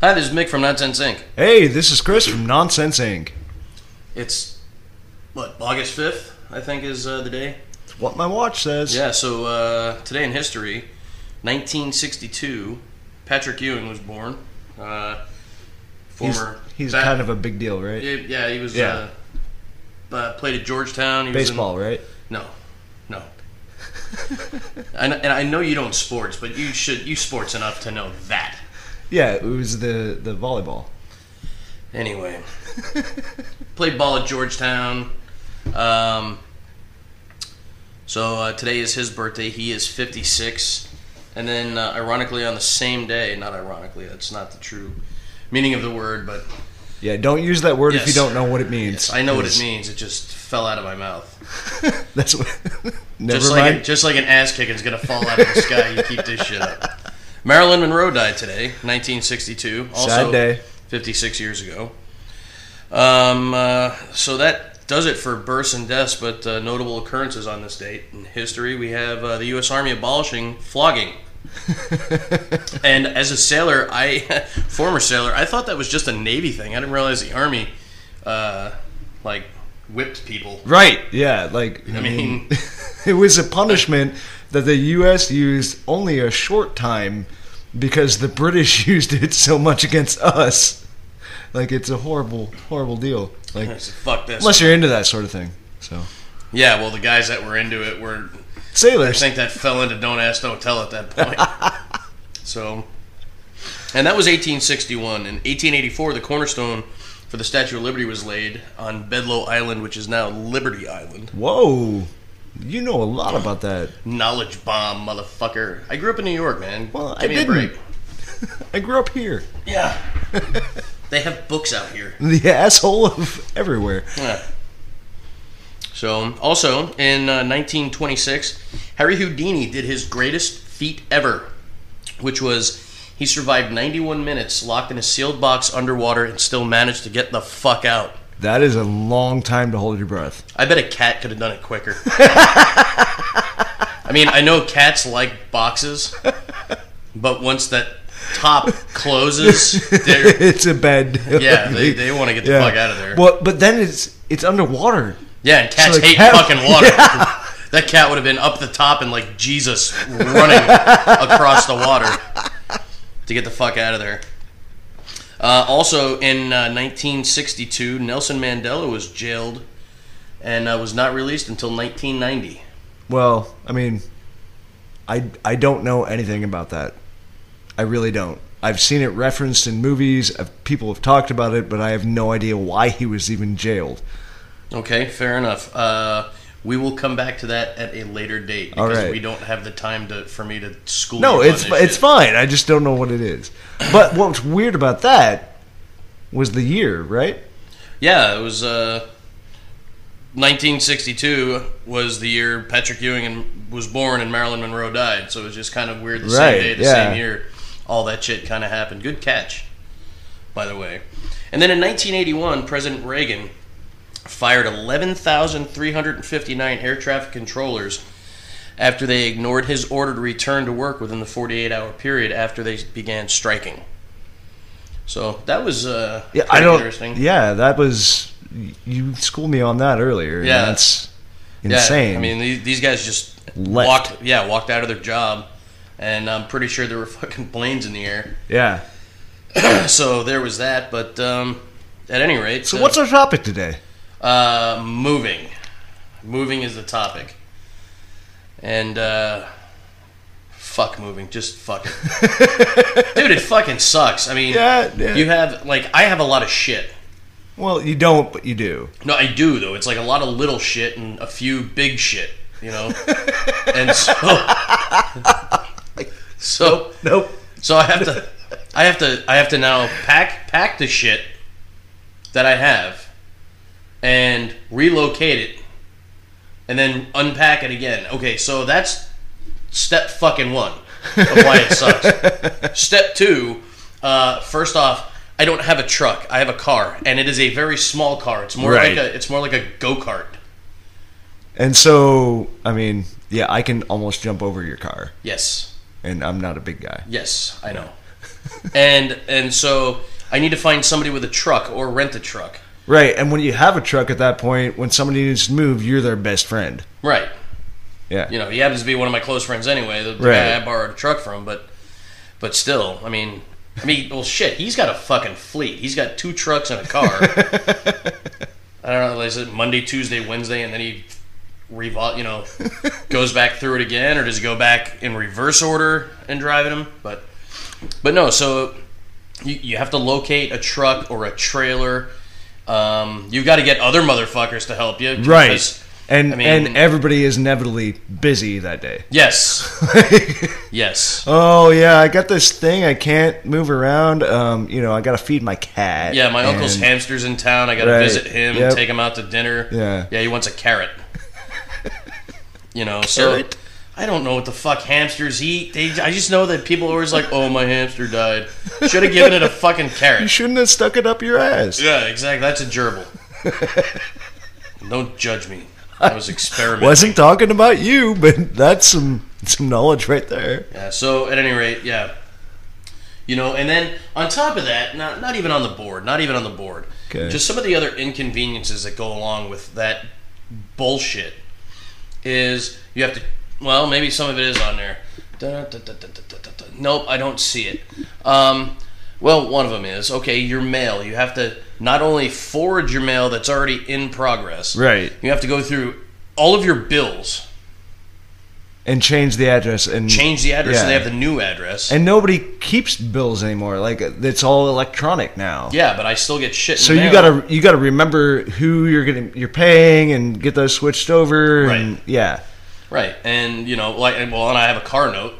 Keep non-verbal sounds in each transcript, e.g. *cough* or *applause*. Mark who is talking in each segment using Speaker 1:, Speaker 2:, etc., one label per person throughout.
Speaker 1: Hi, this is Mick from Nonsense Inc.
Speaker 2: Hey, this is Chris from Nonsense Inc.
Speaker 1: It's what August fifth, I think, is uh, the day.
Speaker 2: It's what my watch says.
Speaker 1: Yeah. So uh, today in history, 1962, Patrick Ewing was born. Uh,
Speaker 2: He's,
Speaker 1: former.
Speaker 2: he's
Speaker 1: bat-
Speaker 2: kind of a big deal, right?
Speaker 1: Yeah, yeah, he was.
Speaker 2: Yeah.
Speaker 1: Uh, uh, played at Georgetown. He Was
Speaker 2: Baseball, right?
Speaker 1: in, no, no. *laughs* and, and I know you don't sports, but you should. You sports enough to know that.
Speaker 2: Yeah, it was the the volleyball.
Speaker 1: Anyway, played ball at Georgetown. Um, so uh, today is his birthday. He is 56. And then, uh, ironically, on the same day, not ironically, that's not the true meaning of the word, but
Speaker 2: Yeah, don't use that word if you
Speaker 1: Yes.
Speaker 2: don't know what it means.
Speaker 1: I know what it
Speaker 2: 'cause
Speaker 1: means. It just fell out of my mouth.
Speaker 2: *laughs* That's what. Never
Speaker 1: Just like,
Speaker 2: mind.
Speaker 1: a, just like an ass kicking is going to fall out of the sky. You keep this shit up. *laughs* Marilyn Monroe died today, 1962. Also,
Speaker 2: Sad day.
Speaker 1: 56 years ago. Um, uh, so that does it for births and deaths, but uh, notable occurrences on this date in history. We have uh, the U.S. Army abolishing flogging.
Speaker 2: *laughs*
Speaker 1: and as a sailor, I *laughs* former sailor, I thought that was just a Navy thing. I didn't realize the Army, uh, like, whipped people. *laughs*
Speaker 2: Right. Yeah. Like I
Speaker 1: mean-
Speaker 2: *laughs* it was a punishment that the U.S. used only a short time because the British *laughs* used it so much against us. Like it's a horrible, horrible deal.
Speaker 1: I
Speaker 2: Like
Speaker 1: said, Fuck this.
Speaker 2: unless you're into that sort of thing. So
Speaker 1: yeah, well, the guys that were into it were I
Speaker 2: sailors.
Speaker 1: think that fell into don't ask, don't tell at that point. *laughs* so, and that was 1861. In 1884, the cornerstone for the Statue of Liberty was laid on Bedloe Island, which is now Liberty Island.
Speaker 2: Whoa, you know a lot about that.
Speaker 1: Knowledge bomb, motherfucker. I grew up in New York, man.
Speaker 2: Well,
Speaker 1: Give
Speaker 2: I
Speaker 1: me
Speaker 2: didn't.
Speaker 1: a
Speaker 2: *laughs*
Speaker 1: break.
Speaker 2: I grew up here, *laughs*
Speaker 1: Yeah. they have books out here.
Speaker 2: the asshole of everywhere.
Speaker 1: Yeah. So, also in uh, 1926, Harry Houdini did his greatest feat ever, which was he survived 91 minutes locked in a sealed box underwater and still managed to get the fuck out.
Speaker 2: That is a long time to hold your breath.
Speaker 1: I bet a cat could have done it quicker. I mean, I know cats like boxes, but once that top
Speaker 2: *laughs*
Speaker 1: closes, they're,
Speaker 2: it's a bad. deal.
Speaker 1: Yeah, they- they wanna get the fuck out of there.
Speaker 2: Well, but then it's it's underwater.
Speaker 1: Yeah, and cats
Speaker 2: So the
Speaker 1: hate
Speaker 2: cat- *laughs*
Speaker 1: fucking water. *laughs* That cat would have been up the top and like Jesus
Speaker 2: *laughs*
Speaker 1: running across the water to get the fuck out of there. Uh, also, in uh, 1962, Nelson Mandela was jailed and uh, was not released until 1990.
Speaker 2: Well, I mean, I I don't know anything about that. I really don't. I've seen it referenced in movies. I've, people have talked about it, but I have no idea why he was even jailed.
Speaker 1: Okay, fair enough. Uh, we will come back to that at a later date
Speaker 2: All
Speaker 1: because
Speaker 2: right.
Speaker 1: we don't have the time to for me to school.
Speaker 2: No,
Speaker 1: you on
Speaker 2: it's
Speaker 1: this
Speaker 2: it's
Speaker 1: shit.
Speaker 2: fine. I just don't know what it is. But what's weird about that was the year, right?
Speaker 1: Yeah, it was uh, 1962 was the year Patrick Ewing and was born and Marilyn Monroe died. So it was just kind of weird the
Speaker 2: Right,
Speaker 1: same day, the
Speaker 2: yeah.
Speaker 1: same year. All that shit kind of happened. Good catch, by the way. And then in 1981, President Reagan fired 11,359 air traffic controllers after they ignored his order to return to work within the 48 hour period after they began striking. So that was uh,
Speaker 2: Yeah, I
Speaker 1: pretty
Speaker 2: don't.
Speaker 1: interesting.
Speaker 2: Yeah, that was. You schooled me on that earlier. and
Speaker 1: Yeah.
Speaker 2: that's
Speaker 1: Yeah,
Speaker 2: insane.
Speaker 1: I mean, these, these guys just
Speaker 2: Left.
Speaker 1: walked. Yeah, walked out of their job, and I'm pretty sure there were *laughs* fucking planes in the air. *clears throat*
Speaker 2: yeah.
Speaker 1: So there was that. But um, at any rate,
Speaker 2: So what's our topic today?
Speaker 1: uh, moving? Moving is the topic, and uh, fuck moving. Just fuck it,
Speaker 2: *laughs*
Speaker 1: dude. It fucking sucks. I mean,
Speaker 2: Yeah, yeah.
Speaker 1: you have like I have a lot of shit.
Speaker 2: Well, you don't, but you do.
Speaker 1: No, I do though. It's like a lot of little shit and a few big shit, you know. and so, so,
Speaker 2: Nope.
Speaker 1: so I have to, I have to, I have to now pack pack the shit that I have and relocate it, and then unpack it again. Okay, so that's step fucking one of why it sucks. step two, uh, first off. I don't have a truck. I have a car, and it is a very small car. It's more
Speaker 2: Right.
Speaker 1: like a it's more like a go kart.
Speaker 2: And so, I mean, yeah, I can almost jump over your car,
Speaker 1: Yes.
Speaker 2: and I'm not a big guy.
Speaker 1: Yes, I know. and and so I need to find somebody with a truck or rent a truck.
Speaker 2: Right, and when you have a truck at that point, when somebody needs to move, you're their best friend.
Speaker 1: Right.
Speaker 2: Yeah.
Speaker 1: You know, he happens to be one of my close friends anyway. The, the
Speaker 2: Right.
Speaker 1: guy I borrowed a truck from, but but still, I mean, I mean, well, shit, he's got a fucking fleet. He's got two trucks and a
Speaker 2: *laughs*
Speaker 1: car. I don't know. Is it Monday, Tuesday, Wednesday, and then he revol, you know, goes back through it again, or does he go back in reverse order and drive them? But but no, so you, you have to locate a truck or a trailer. Um, you've got to get other motherfuckers to help you.
Speaker 2: Right.
Speaker 1: because-
Speaker 2: And
Speaker 1: I mean-
Speaker 2: and everybody is inevitably busy that day. *laughs*
Speaker 1: Yes. yes.
Speaker 2: oh yeah, I got this thing I can't move around. Um, you know, I got to feed my cat.
Speaker 1: Yeah, my uncle's
Speaker 2: and-
Speaker 1: hamster's in town. I got to
Speaker 2: Right.
Speaker 1: visit him,
Speaker 2: Yep.
Speaker 1: take him out to dinner.
Speaker 2: Yeah.
Speaker 1: yeah, he wants a
Speaker 2: *laughs*
Speaker 1: carrot. you know, so
Speaker 2: Carrot?
Speaker 1: I don't know what the fuck hamsters eat. They, I just know that people are always like, "Oh, my hamster died." Should
Speaker 2: *laughs*
Speaker 1: have given it a fucking
Speaker 2: You
Speaker 1: carrot.
Speaker 2: shouldn't have stuck it up your ass.
Speaker 1: Yeah, exactly. That's a gerbil.
Speaker 2: *laughs*
Speaker 1: don't judge me. I
Speaker 2: *laughs*
Speaker 1: was experimenting.
Speaker 2: Wasn't talking about you, but that's some some knowledge right there.
Speaker 1: Yeah, so at any rate, yeah. You know, and then on top of that, not not even on the board, not even on the board.
Speaker 2: Okay.
Speaker 1: Just some of the other inconveniences that go along with that bullshit is you have to well, maybe some of it is on there. Da, da, da, da, da, da, da, da. Nope, I don't see it. Um, well, one of them is okay. Your mail, you have to not only forward your mail that's already in progress,
Speaker 2: Right.
Speaker 1: You have to go through all of your bills,
Speaker 2: And change the address and
Speaker 1: change the address, so
Speaker 2: Mm. Yeah.
Speaker 1: they have the new address.
Speaker 2: and nobody keeps bills anymore. Like it's all electronic now.
Speaker 1: Yeah, but I still get shit. In
Speaker 2: So
Speaker 1: the
Speaker 2: you
Speaker 1: mail.
Speaker 2: gotta you gotta remember who you're getting you're paying and get those switched over and
Speaker 1: Right.
Speaker 2: yeah
Speaker 1: right, and you know, like, and- well, and I have a car note,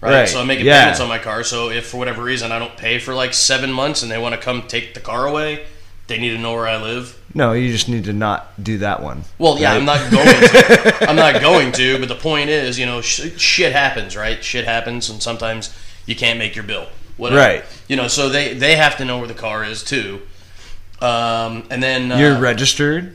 Speaker 1: right?
Speaker 2: Right,
Speaker 1: So I'm making
Speaker 2: yeah.
Speaker 1: payments on my car. So if for whatever reason I don't pay for like seven months, and they want to come take the car away, they need to know where I live.
Speaker 2: no you just need to not do that one
Speaker 1: Well, yeah,
Speaker 2: Right.
Speaker 1: I'm not going. to.
Speaker 2: *laughs*
Speaker 1: I'm not going to. But the point is, you know, sh- shit happens, right? Shit happens, and sometimes you can't make your bill. Whatever.
Speaker 2: Right.
Speaker 1: You know, so they they have to know where the car is too. Um, and then uh,
Speaker 2: you're registered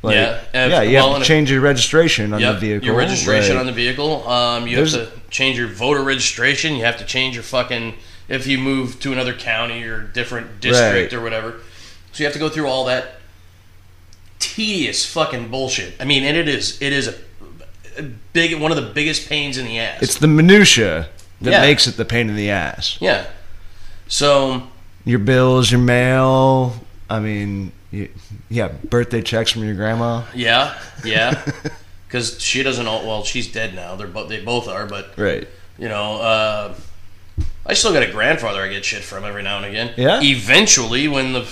Speaker 2: like,
Speaker 1: Yeah, and-
Speaker 2: yeah you
Speaker 1: well,
Speaker 2: have
Speaker 1: and-
Speaker 2: to change your registration on
Speaker 1: Yep,
Speaker 2: the vehicle
Speaker 1: Your registration
Speaker 2: right.
Speaker 1: on the vehicle. Um, you
Speaker 2: There's-
Speaker 1: have to change your voter registration. You have to change your fucking if you move to another county or different district
Speaker 2: Right.
Speaker 1: or whatever. So you have to go through all that tedious fucking bullshit. I mean, and it is it is a, a big one of the biggest pains in the ass.
Speaker 2: it's the minutia that
Speaker 1: Yeah.
Speaker 2: makes it the pain in the ass
Speaker 1: yeah. So
Speaker 2: your bills your mail I mean you, yeah birthday checks from your grandma
Speaker 1: yeah, yeah. Because she doesn't. All, well, she's dead now. They're both. They both are. But
Speaker 2: right
Speaker 1: You know, uh, I still got a grandfather I get shit from every now and again.
Speaker 2: Yeah?
Speaker 1: Eventually, when the.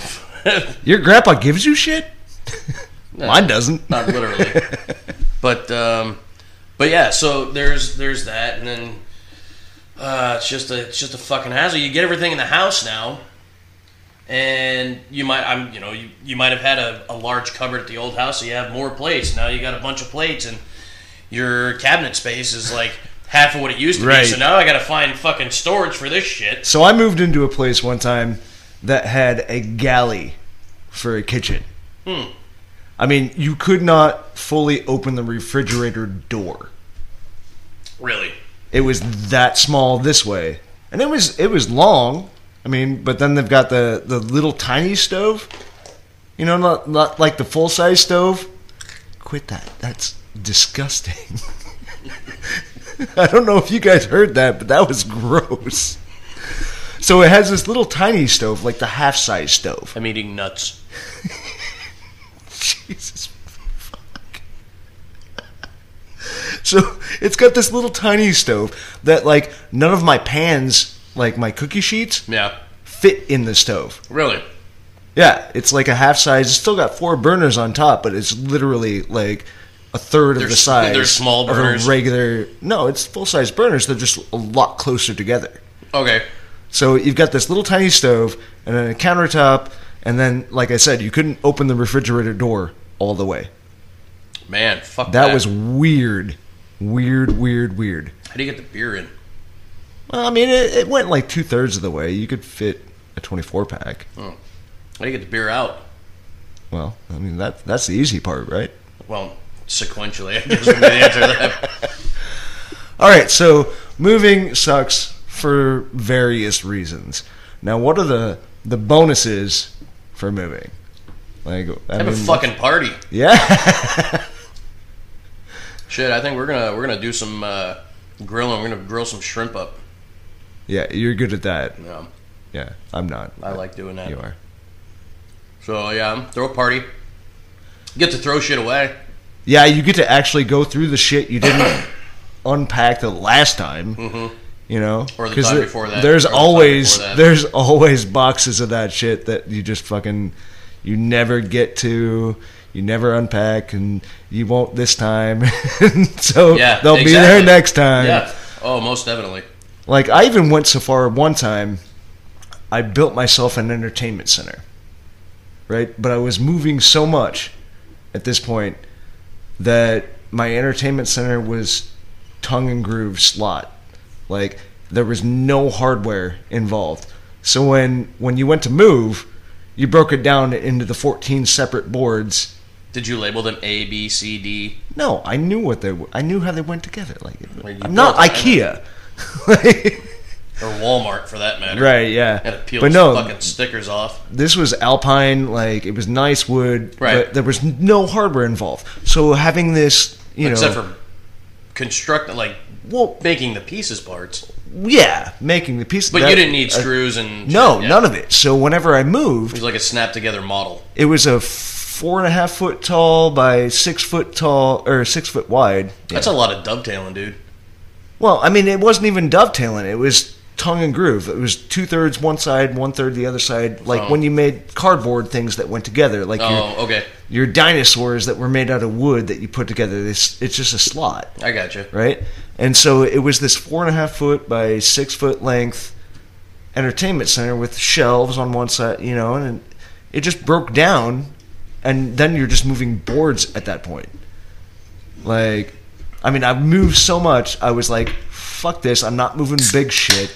Speaker 1: *laughs*
Speaker 2: your grandpa gives you shit mine doesn't *laughs*
Speaker 1: Not literally. but, um, but yeah, so there's there's that, and then uh, it's just a it's just a fucking hassle. You get everything in the house now, and you might I'm you know you, you might have had a, a large cupboard at the old house, so you have more plates. Now you got a bunch of plates, and your cabinet space is like half of what it used to
Speaker 2: Right.
Speaker 1: be. So now I got to find fucking storage for this shit.
Speaker 2: So I moved into a place one time that had a galley for a kitchen.
Speaker 1: Hmm.
Speaker 2: I mean, you could not fully open the refrigerator door.
Speaker 1: Really?
Speaker 2: It was that small this way, and it was it was long. I mean, but then they've got the the little tiny stove. You know, not, not like the full size stove. Quit that. That's disgusting. *laughs* I don't know if you guys heard that, but that was *laughs* gross. So it has this little tiny stove, like the half size stove.
Speaker 1: I'm eating nuts.
Speaker 2: Jesus fuck. So it's got this little tiny stove that like none of my pans, like my cookie sheets,
Speaker 1: Yeah.
Speaker 2: fit in the stove.
Speaker 1: Really?
Speaker 2: Yeah, it's like a half size. It's still got four burners on top, but it's literally like a third
Speaker 1: They're
Speaker 2: of the
Speaker 1: s-
Speaker 2: size.
Speaker 1: they're small
Speaker 2: of a
Speaker 1: burners?
Speaker 2: regular. No, it's full size burners. They're just a lot closer together.
Speaker 1: Okay.
Speaker 2: So you've got this little tiny stove and then a countertop, and then like I said, you couldn't open the refrigerator door all the way.
Speaker 1: Man, fuck that.
Speaker 2: That was weird, weird, weird, weird.
Speaker 1: How do you get the beer in?
Speaker 2: Well, I mean, it, it went like two thirds of the way. You could fit a twenty-four pack.
Speaker 1: How do you get the beer out?
Speaker 2: Well, I mean that that's the easy part, right?
Speaker 1: Well, *laughs* sequentially, I guess we can answer that.
Speaker 2: All right, so moving sucks. for various reasons. Now, what are the the bonuses for moving? Like, I
Speaker 1: Have a
Speaker 2: mean,
Speaker 1: fucking party.
Speaker 2: yeah, *laughs*
Speaker 1: Shit, I think we're gonna we're gonna do some uh, grilling. We're gonna grill some shrimp up.
Speaker 2: yeah. You're good at that.
Speaker 1: Um,
Speaker 2: Yeah, I'm not.
Speaker 1: I like doing that.
Speaker 2: you are.
Speaker 1: So yeah, throw a party. Get to throw shit away.
Speaker 2: Yeah, you get to actually go through the shit
Speaker 1: *coughs*
Speaker 2: you didn't unpack the last time.
Speaker 1: Mhm.
Speaker 2: You know,
Speaker 1: Or the
Speaker 2: 'Cause
Speaker 1: time
Speaker 2: there-
Speaker 1: before that,
Speaker 2: There's
Speaker 1: or the time
Speaker 2: always
Speaker 1: before that.
Speaker 2: there's always boxes of that shit that you just fucking you never get to. You never unpack, and you won't this time. *laughs* so
Speaker 1: Yeah,
Speaker 2: they'll be there
Speaker 1: exactly.
Speaker 2: next time.
Speaker 1: yeah. Oh, most definitely.
Speaker 2: Like I even went so far one time, I built myself an entertainment center. Right, but I was moving so much at this point that my entertainment center was tongue and groove slot. Like there was no hardware involved. So when when you went to move, you broke it down into the 14 separate boards.
Speaker 1: Did you label them A, B, C, D?
Speaker 2: No, I knew what they were. I knew how they went together. Like it-
Speaker 1: Like, you
Speaker 2: I'm not
Speaker 1: built
Speaker 2: IKEA. *laughs* Like-
Speaker 1: Or Walmart for that matter.
Speaker 2: right, yeah.
Speaker 1: Had to peel
Speaker 2: but
Speaker 1: some
Speaker 2: no,
Speaker 1: fucking stickers off.
Speaker 2: this was alpine like it was nice wood
Speaker 1: Right.
Speaker 2: but there was no hardware involved so having this you
Speaker 1: Except
Speaker 2: know
Speaker 1: for construct like
Speaker 2: well
Speaker 1: making the pieces parts.
Speaker 2: yeah making the piece
Speaker 1: But
Speaker 2: that-
Speaker 1: you didn't need
Speaker 2: uh,
Speaker 1: screws and
Speaker 2: no
Speaker 1: shit, yeah.
Speaker 2: none of it so whenever i
Speaker 1: It
Speaker 2: moved
Speaker 1: was like a snap together model.
Speaker 2: it was a four and a half foot tall by six foot tall or six foot wide
Speaker 1: That's a lot of dovetailing, dude.
Speaker 2: well i mean it wasn't even dovetailing it was tongue and groove it was two-thirds one side one-third the other side like
Speaker 1: Oh.
Speaker 2: when you made cardboard things that went together like your,
Speaker 1: Oh, okay.
Speaker 2: your dinosaurs that were made out of wood that you put together this it's just a slot
Speaker 1: I got you.
Speaker 2: right? And so it was this four and a half foot by six foot length entertainment center with shelves on one side, you know, and it just broke down. And then you're just moving boards at that point. Like, I mean, I moved so much, I was like, fuck this, I'm not moving big shit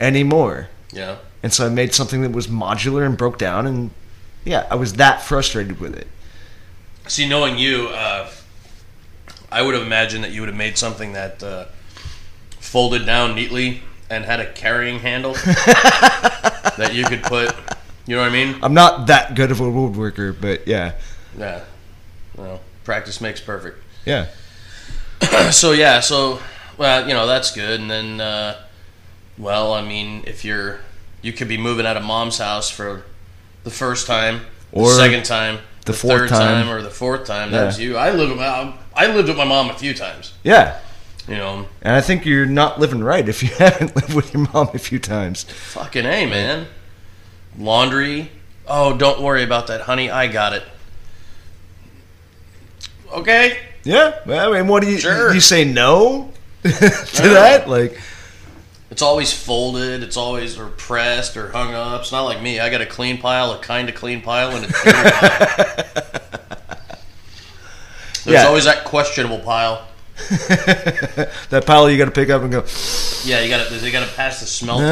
Speaker 2: anymore.
Speaker 1: Yeah.
Speaker 2: And so I made something that was modular and broke down, and yeah, I was that frustrated with it.
Speaker 1: See, knowing you, uh, I would have imagined that you would have made something that uh, folded down neatly and had a carrying *laughs* handle that you could put. You know what I mean?
Speaker 2: I'm not that good of a woodworker, but yeah,
Speaker 1: Yeah. Well, practice makes perfect.
Speaker 2: yeah.
Speaker 1: so yeah, so well, you know that's good. And then, uh, well, I mean, if you're, you could be moving out of mom's house for the first time,
Speaker 2: Or
Speaker 1: the second time,
Speaker 2: the fourth
Speaker 1: third
Speaker 2: time.
Speaker 1: or the fourth time.
Speaker 2: Yeah.
Speaker 1: That's you. I lived with my, um, I lived with my mom a few times.
Speaker 2: Yeah,
Speaker 1: You know,
Speaker 2: And I think you're not living right if you *laughs* haven't lived with your mom a few times.
Speaker 1: fucking a man. Laundry. Oh, don't worry about that, honey. I got it. Okay.
Speaker 2: Yeah. Well, I mean, what do you
Speaker 1: Sure.
Speaker 2: you say no *laughs* to that? Like,
Speaker 1: It's always folded. It's always or pressed or hung up. It's not like me. I got a clean pile, a kind of clean pile, and a dirty pile.
Speaker 2: *laughs*
Speaker 1: There's
Speaker 2: Yeah.
Speaker 1: always that questionable pile.
Speaker 2: that pile you got to pick up and go.
Speaker 1: Yeah, you got to. They got to pass the smell test.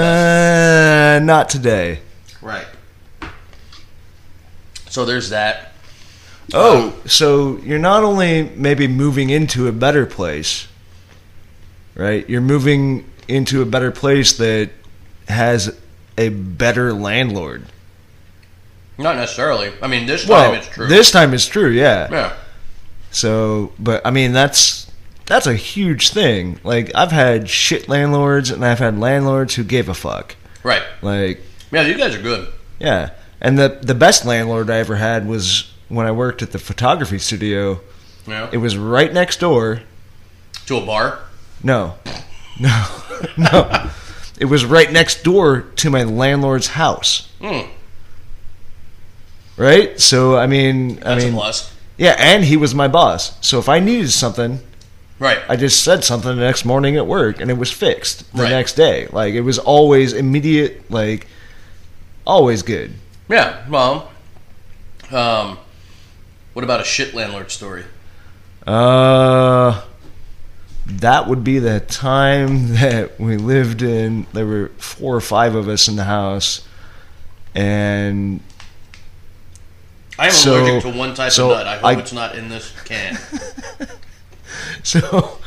Speaker 2: Uh, not today.
Speaker 1: Right. So there's that. Uh,
Speaker 2: Oh, so you're not only maybe moving into a better place, right? You're moving into a better place that has a better landlord.
Speaker 1: Not necessarily. I mean, this
Speaker 2: Well,
Speaker 1: time it's true.
Speaker 2: this time it's true. Yeah.
Speaker 1: yeah.
Speaker 2: So, but I mean, that's that's a huge thing. Like, I've had shit landlords, and I've had landlords who gave a fuck.
Speaker 1: Right.
Speaker 2: Like,
Speaker 1: Yeah, you guys are good.
Speaker 2: yeah. And the the best landlord I ever had was when I worked at the photography studio.
Speaker 1: Yeah.
Speaker 2: It was right next door.
Speaker 1: to a bar.
Speaker 2: No, *laughs* no, no. It was right next door to my landlord's house.
Speaker 1: Mm,
Speaker 2: Right. So, I mean, I
Speaker 1: that's a
Speaker 2: mean,
Speaker 1: plus.
Speaker 2: yeah. And he was my boss. So if I needed something,
Speaker 1: Right.
Speaker 2: I just said something the next morning at work and it was fixed the
Speaker 1: Right.
Speaker 2: next day. Like it was always immediate, like always good.
Speaker 1: Yeah. Well. Um. What about a shit landlord story?
Speaker 2: Uh that would be the time *laughs* that we lived in there were four or five of us in the house and *laughs*
Speaker 1: I am
Speaker 2: So-
Speaker 1: allergic to one type
Speaker 2: so
Speaker 1: of nut. I hope
Speaker 2: I-
Speaker 1: it's not in this
Speaker 2: *laughs*
Speaker 1: can.
Speaker 2: so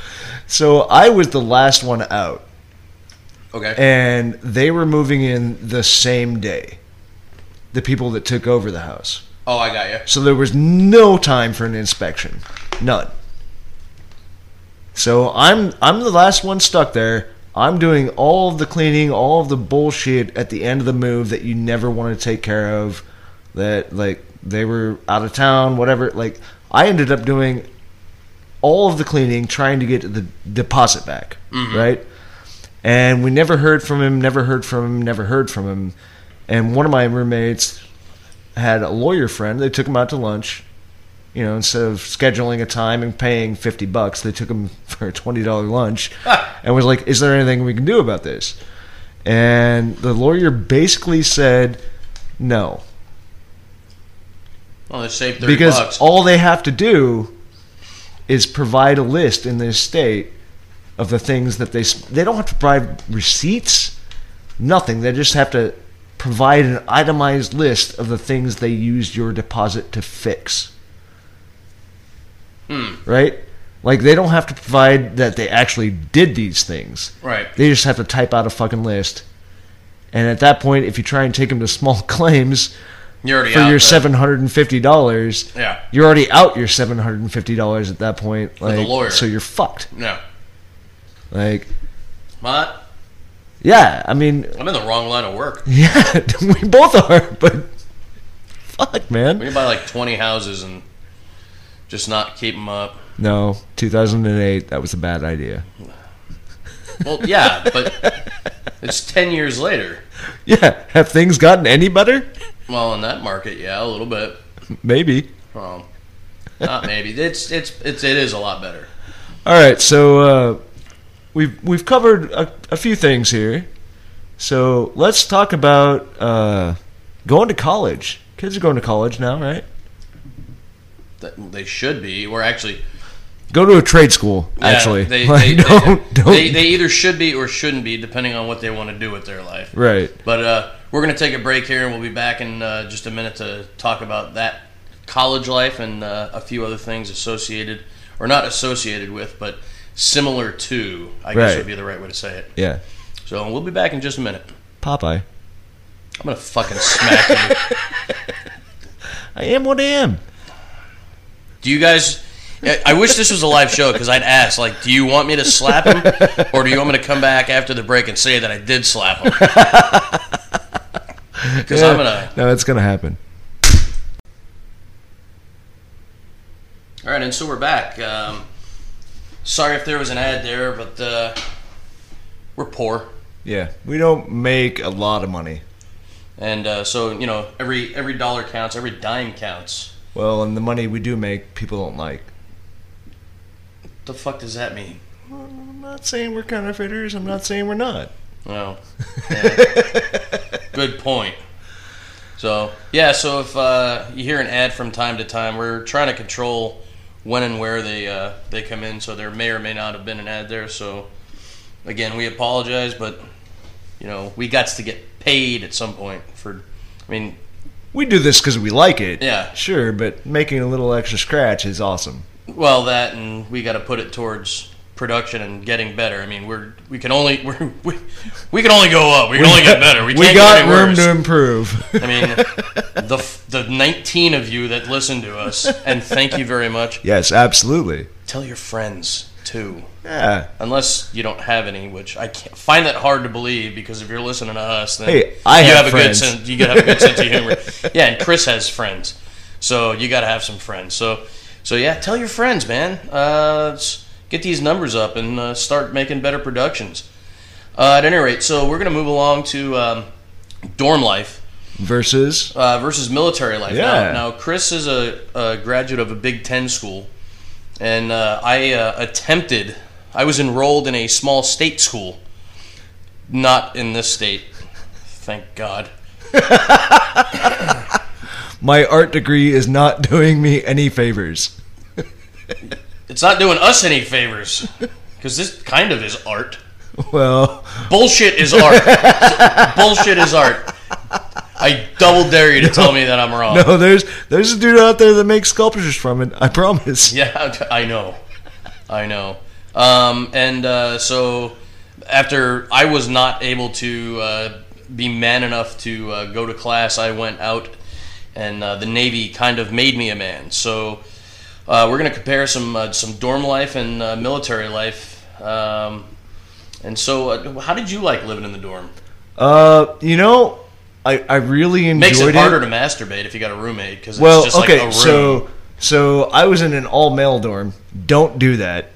Speaker 2: so I was the last one out.
Speaker 1: Okay.
Speaker 2: and they were moving in the same day. The people that took over the house,
Speaker 1: oh, I got you.
Speaker 2: so there was no time for an inspection, none. So I'm I'm the last one stuck there. I'm doing all of the cleaning, all of the bullshit at the end of the move that you never want to take care of. That like they were out of town, whatever. Like I ended up doing all of the cleaning, trying to get the deposit back, right? And we never heard from him, never heard from him, never heard from him. And one of my roommates had a lawyer friend. They took him out to lunch. You know, instead of scheduling a time and paying 50 bucks, they took him *laughs* for a $20 lunch and was like, Is there anything we can do about this? And the lawyer basically said, No.
Speaker 1: Oh, they saved thirty
Speaker 2: Because
Speaker 1: bucks.
Speaker 2: all they have to do is provide a list in this state of the things that they s- they don't have to provide receipts, nothing. They just have to provide an itemized list of the things they used your deposit to fix.
Speaker 1: Hmm.
Speaker 2: Right? Like they don't have to provide that they actually did these things.
Speaker 1: right.
Speaker 2: They just have to type out a fucking list. And at that point, if you try and take them to small *laughs* claims
Speaker 1: You're already
Speaker 2: for
Speaker 1: out
Speaker 2: your
Speaker 1: the-
Speaker 2: seven hundred and fifty dollars,
Speaker 1: Yeah.
Speaker 2: you're already out your seven hundred and fifty dollars at that point.
Speaker 1: the
Speaker 2: Like,
Speaker 1: lawyer.
Speaker 2: so you're fucked.
Speaker 1: No.
Speaker 2: Like,
Speaker 1: What?
Speaker 2: yeah, I mean, *laughs*
Speaker 1: I'm in the wrong line of work.
Speaker 2: yeah, we both are, but fuck,
Speaker 1: We
Speaker 2: man.
Speaker 1: can buy like 20 houses and just not keep them up.
Speaker 2: No, 2008, that was a bad idea.
Speaker 1: Well, yeah, but
Speaker 2: *laughs*
Speaker 1: it's 10 years later.
Speaker 2: Yeah, have things gotten any better?
Speaker 1: Well, in that market, yeah, a little bit.
Speaker 2: Maybe.
Speaker 1: Um, not maybe. It's it's it's it is a lot better.
Speaker 2: All right, so uh, we've we've covered a, a few things here. So let's talk about uh, going to college. Kids are going to college now, right?
Speaker 1: Th- They should be. Or actually,
Speaker 2: Go to a trade school.
Speaker 1: yeah,
Speaker 2: actually, *laughs*
Speaker 1: they,
Speaker 2: Like,
Speaker 1: they, they-
Speaker 2: don't
Speaker 1: they-
Speaker 2: don't.
Speaker 1: they either should be or shouldn't be, depending on what they want to do with their life.
Speaker 2: right.
Speaker 1: But uh, we're going to take a break here, and we'll be back in uh, just a minute to talk about that college life and uh, a few other things associated, or not associated with, but similar to, I guess
Speaker 2: Right.
Speaker 1: would be the right way to say it.
Speaker 2: Yeah.
Speaker 1: So we'll be back in just a minute.
Speaker 2: Popeye.
Speaker 1: I'm going to fucking smack
Speaker 2: *laughs*
Speaker 1: you.
Speaker 2: I am what I am.
Speaker 1: Do you guys. I- I wish this was a live show because I'd ask, like, do you want me to slap him, or do you want me to come back after the break and say that I did slap him? Because I'm gonna.
Speaker 2: No, that's gonna happen.
Speaker 1: All right, and so we're back. Um, sorry if there was an ad there, but uh, we're poor,
Speaker 2: Yeah, we don't make a lot of money.
Speaker 1: and uh, so you know every every dollar counts, every dime counts.
Speaker 2: Well, and the money we do make, people don't like.
Speaker 1: What the fuck does that mean?
Speaker 2: Well, I'm not saying we're counterfeiters. I'm not saying we're not. *laughs*
Speaker 1: Well, yeah. good point. So yeah, so if uh, you hear an ad from time to time, we're trying to control when and where they uh, they come in, so there may or may not have been an ad there. So again, we apologize, but you know we got to get paid at some point for. I mean,
Speaker 2: We do this because we like it.
Speaker 1: Yeah.
Speaker 2: Sure, but making a little extra scratch is awesome.
Speaker 1: Well, that and we got to put it towards production and getting better. I mean, we're we can only *laughs* we're, we we can only go up. We can only get better. We,
Speaker 2: *laughs* We
Speaker 1: can't
Speaker 2: got
Speaker 1: get any
Speaker 2: room
Speaker 1: worse.
Speaker 2: to improve.
Speaker 1: I
Speaker 2: *laughs*
Speaker 1: mean, the f- the 19 of you that listen to us and thank you very much.
Speaker 2: yes, absolutely.
Speaker 1: Tell your friends too.
Speaker 2: Yeah.
Speaker 1: Unless you don't have any, which I can't, find that hard to believe because if you're listening to us, then
Speaker 2: Hey, I
Speaker 1: you
Speaker 2: have
Speaker 1: a good
Speaker 2: friends.
Speaker 1: sense. You gotta have a
Speaker 2: *laughs*
Speaker 1: good sense of humor. Yeah, and Chris has friends, so you got to have some friends. So, so yeah, tell your friends, man. Uh, let's get these numbers up and uh, start making better productions. Uh, at any rate, so we're gonna move along to um, dorm life
Speaker 2: Versus.
Speaker 1: uh, versus military life.
Speaker 2: Yeah.
Speaker 1: Now, now Chris is a, a graduate of a Big Ten school, and uh, I uh, attempted. I was enrolled in a small state school, not in this state. Thank God.
Speaker 2: My art degree is not *laughs* doing me any favors.
Speaker 1: It's not doing us any favors because this kind of is art.
Speaker 2: Well,
Speaker 1: Bullshit is art. Bullshit is art. I double dare you to tell me that I'm wrong.
Speaker 2: *laughs* no, Oh, there's there's a dude out there that makes sculptures from it.
Speaker 1: *laughs*
Speaker 2: I promise.
Speaker 1: Yeah, I know. I know. Um, and uh, so after I was not able to uh, be man enough to uh, go to class, I went out, and uh, the Navy kind of made me a man. So uh, we're going to compare some uh, some dorm life and uh, military life. Um, and so, uh, how did you like living in the dorm?
Speaker 2: Uh, you know, I, I really enjoyed
Speaker 1: Makes it harder to masturbate if you got a roommate because it's
Speaker 2: well,
Speaker 1: just
Speaker 2: okay,
Speaker 1: like a room.
Speaker 2: so so I was in an all male dorm. Don't do that. *laughs*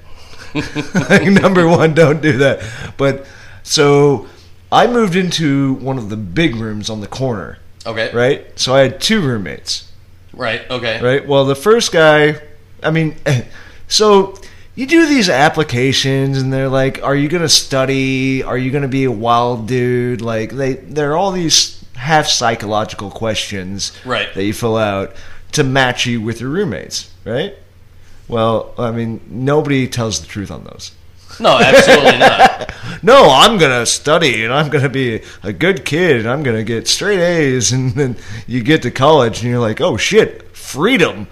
Speaker 2: Like, Number one, don't do that. But so I moved into one of the big rooms on the corner,
Speaker 1: okay, right.
Speaker 2: right? So I had two roommates.
Speaker 1: okay,
Speaker 2: Right. Well, the first guy, I mean, *laughs* so you do these applications, and they're like, "Are you going to study? Are you going to be a wild dude?" Like they, there are all these half psychological questions
Speaker 1: Right.
Speaker 2: that you fill out to match you with your roommates. Right. Well, I mean, nobody tells the truth on those.
Speaker 1: no, absolutely
Speaker 2: *laughs*
Speaker 1: not.
Speaker 2: No, I'm gonna study and I'm gonna be a good kid and I'm gonna get straight A's and then you get to college and you're like, oh shit, freedom.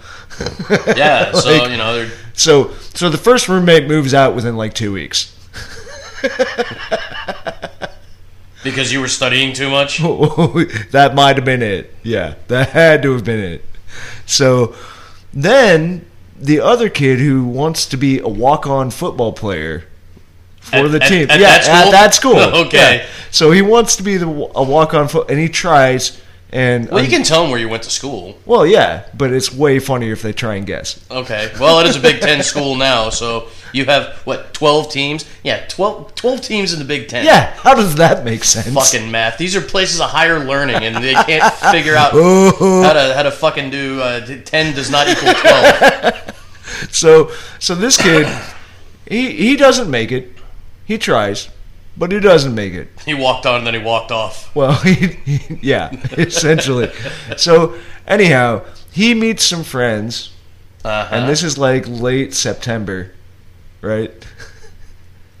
Speaker 1: Yeah, so
Speaker 2: Like,
Speaker 1: you know, they're,
Speaker 2: so so the first roommate moves out within like two weeks. *laughs*
Speaker 1: because you were studying too much.
Speaker 2: that might have been it. Yeah, that had to have been it. So then the other kid who wants to be a walk-on football player for
Speaker 1: At-
Speaker 2: the
Speaker 1: at-
Speaker 2: team,
Speaker 1: at
Speaker 2: yeah,
Speaker 1: that
Speaker 2: at
Speaker 1: school?
Speaker 2: that
Speaker 1: *laughs*
Speaker 2: school.
Speaker 1: Okay.
Speaker 2: Yeah. So he wants to be the, a walk-on foot, and he tries. And um,
Speaker 1: Well, you can tell them where you went to school.
Speaker 2: well, yeah, but it's way funnier if they try and guess.
Speaker 1: Okay. Well, it is a Big Ten school now, so you have, what, 12 teams? Yeah, 12, 12 teams in the Big Ten.
Speaker 2: Yeah, how does that make sense?
Speaker 1: Fucking math. These are places of higher learning, and they can't figure
Speaker 2: *laughs*
Speaker 1: out
Speaker 2: *laughs* Oh.
Speaker 1: how to how to fucking do uh, d- 10 does not equal 12.
Speaker 2: So so this kid he he doesn't make it. He tries, but he doesn't make it.
Speaker 1: He walked on, then he walked off.
Speaker 2: Well, *laughs* he, he- yeah, *laughs* essentially. so anyhow, he meets some friends
Speaker 1: Uh-huh.
Speaker 2: and this is like late September, right? *laughs*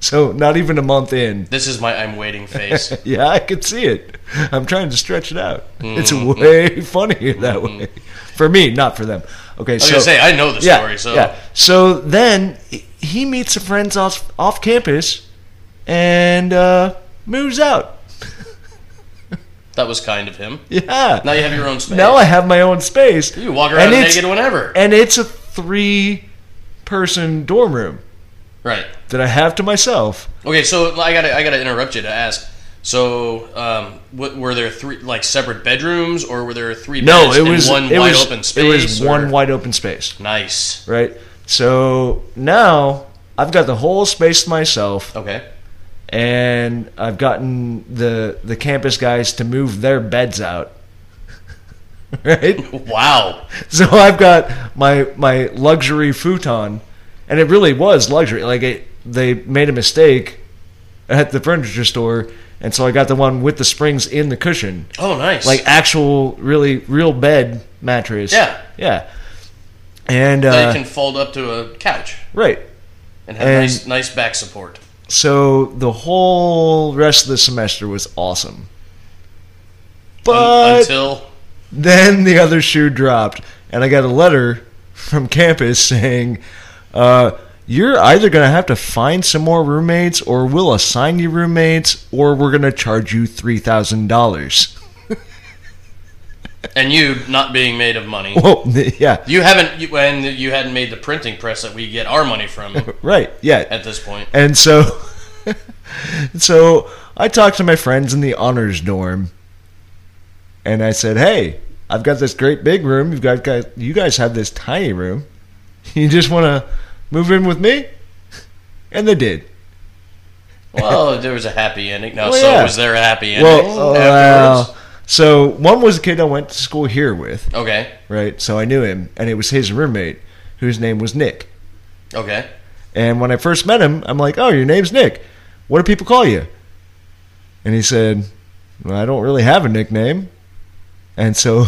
Speaker 2: So not even a month in. *laughs*
Speaker 1: This is my I'm waiting face.
Speaker 2: Yeah, I could see it. I'm trying to stretch it out. It's
Speaker 1: Mm-hmm.
Speaker 2: way *laughs* funnier that way. For me, not for them. Okay,
Speaker 1: I was
Speaker 2: so
Speaker 1: gonna say I know the story, so
Speaker 2: So then he- he meets some friends off off campus and uh, moves out. *laughs*
Speaker 1: that was kind of him.
Speaker 2: Yeah.
Speaker 1: Now you have your own space.
Speaker 2: Now I have my own space.
Speaker 1: you can walk around
Speaker 2: and it's-
Speaker 1: naked whenever.
Speaker 2: And it's a three person dorm room
Speaker 1: right.
Speaker 2: that I have to myself.
Speaker 1: Okay, so I gotta I gotta interrupt you to ask. So, um, what, were there three like separate bedrooms, or were there three?
Speaker 2: No,
Speaker 1: beds
Speaker 2: it
Speaker 1: and
Speaker 2: was
Speaker 1: one
Speaker 2: it
Speaker 1: wide
Speaker 2: was,
Speaker 1: open space.
Speaker 2: It was
Speaker 1: or-
Speaker 2: one wide open space,
Speaker 1: Nice.
Speaker 2: right? So now I've got the whole space to myself.
Speaker 1: Okay.
Speaker 2: and I've gotten the the campus guys to move their beds out. *laughs* right?
Speaker 1: Wow.
Speaker 2: *laughs* So I've got my my luxury futon and it really was luxury. Like it, they made a mistake at the furniture store and so I got the one with the springs in the cushion.
Speaker 1: Oh, nice.
Speaker 2: Like actual really real bed mattress.
Speaker 1: Yeah.
Speaker 2: Yeah. And
Speaker 1: That
Speaker 2: uh,
Speaker 1: you can fold up to a couch
Speaker 2: right.
Speaker 1: and have
Speaker 2: and-
Speaker 1: nice nice back support.
Speaker 2: So the whole rest of the semester was awesome.
Speaker 1: Un-
Speaker 2: But
Speaker 1: until
Speaker 2: then the other shoe dropped, and I got a letter from campus saying, uh, "You're either going to have to find some more roommates, or we'll assign you roommates, or we're going to charge you three thousand dollars." *laughs*
Speaker 1: and you not being made of money.
Speaker 2: Well, *laughs* yeah,
Speaker 1: You haven't you, and you hadn't made the printing press that we get our money
Speaker 2: *laughs*
Speaker 1: from
Speaker 2: right, yeah,
Speaker 1: at this point.
Speaker 2: and so, *laughs* so I talked to my friends in the honors dorm, and I said, "Hey, I've got this great big room. You've got, got you guys have this tiny room. *laughs* You just want to move in with me?" And they did.
Speaker 1: Well, there was a happy ending. No,
Speaker 2: Well,
Speaker 1: so
Speaker 2: yeah.
Speaker 1: was there a happy ending
Speaker 2: Well,
Speaker 1: afterwards?
Speaker 2: uh, well, so one was a kid I went to school here with,
Speaker 1: Okay.
Speaker 2: right? So I knew him, and it was his roommate, whose name was Nick.
Speaker 1: Okay.
Speaker 2: And when I first met him, I'm like, "Oh, your name's Nick. What do people call you?" And he said, well, "I don't really have a nickname." And so,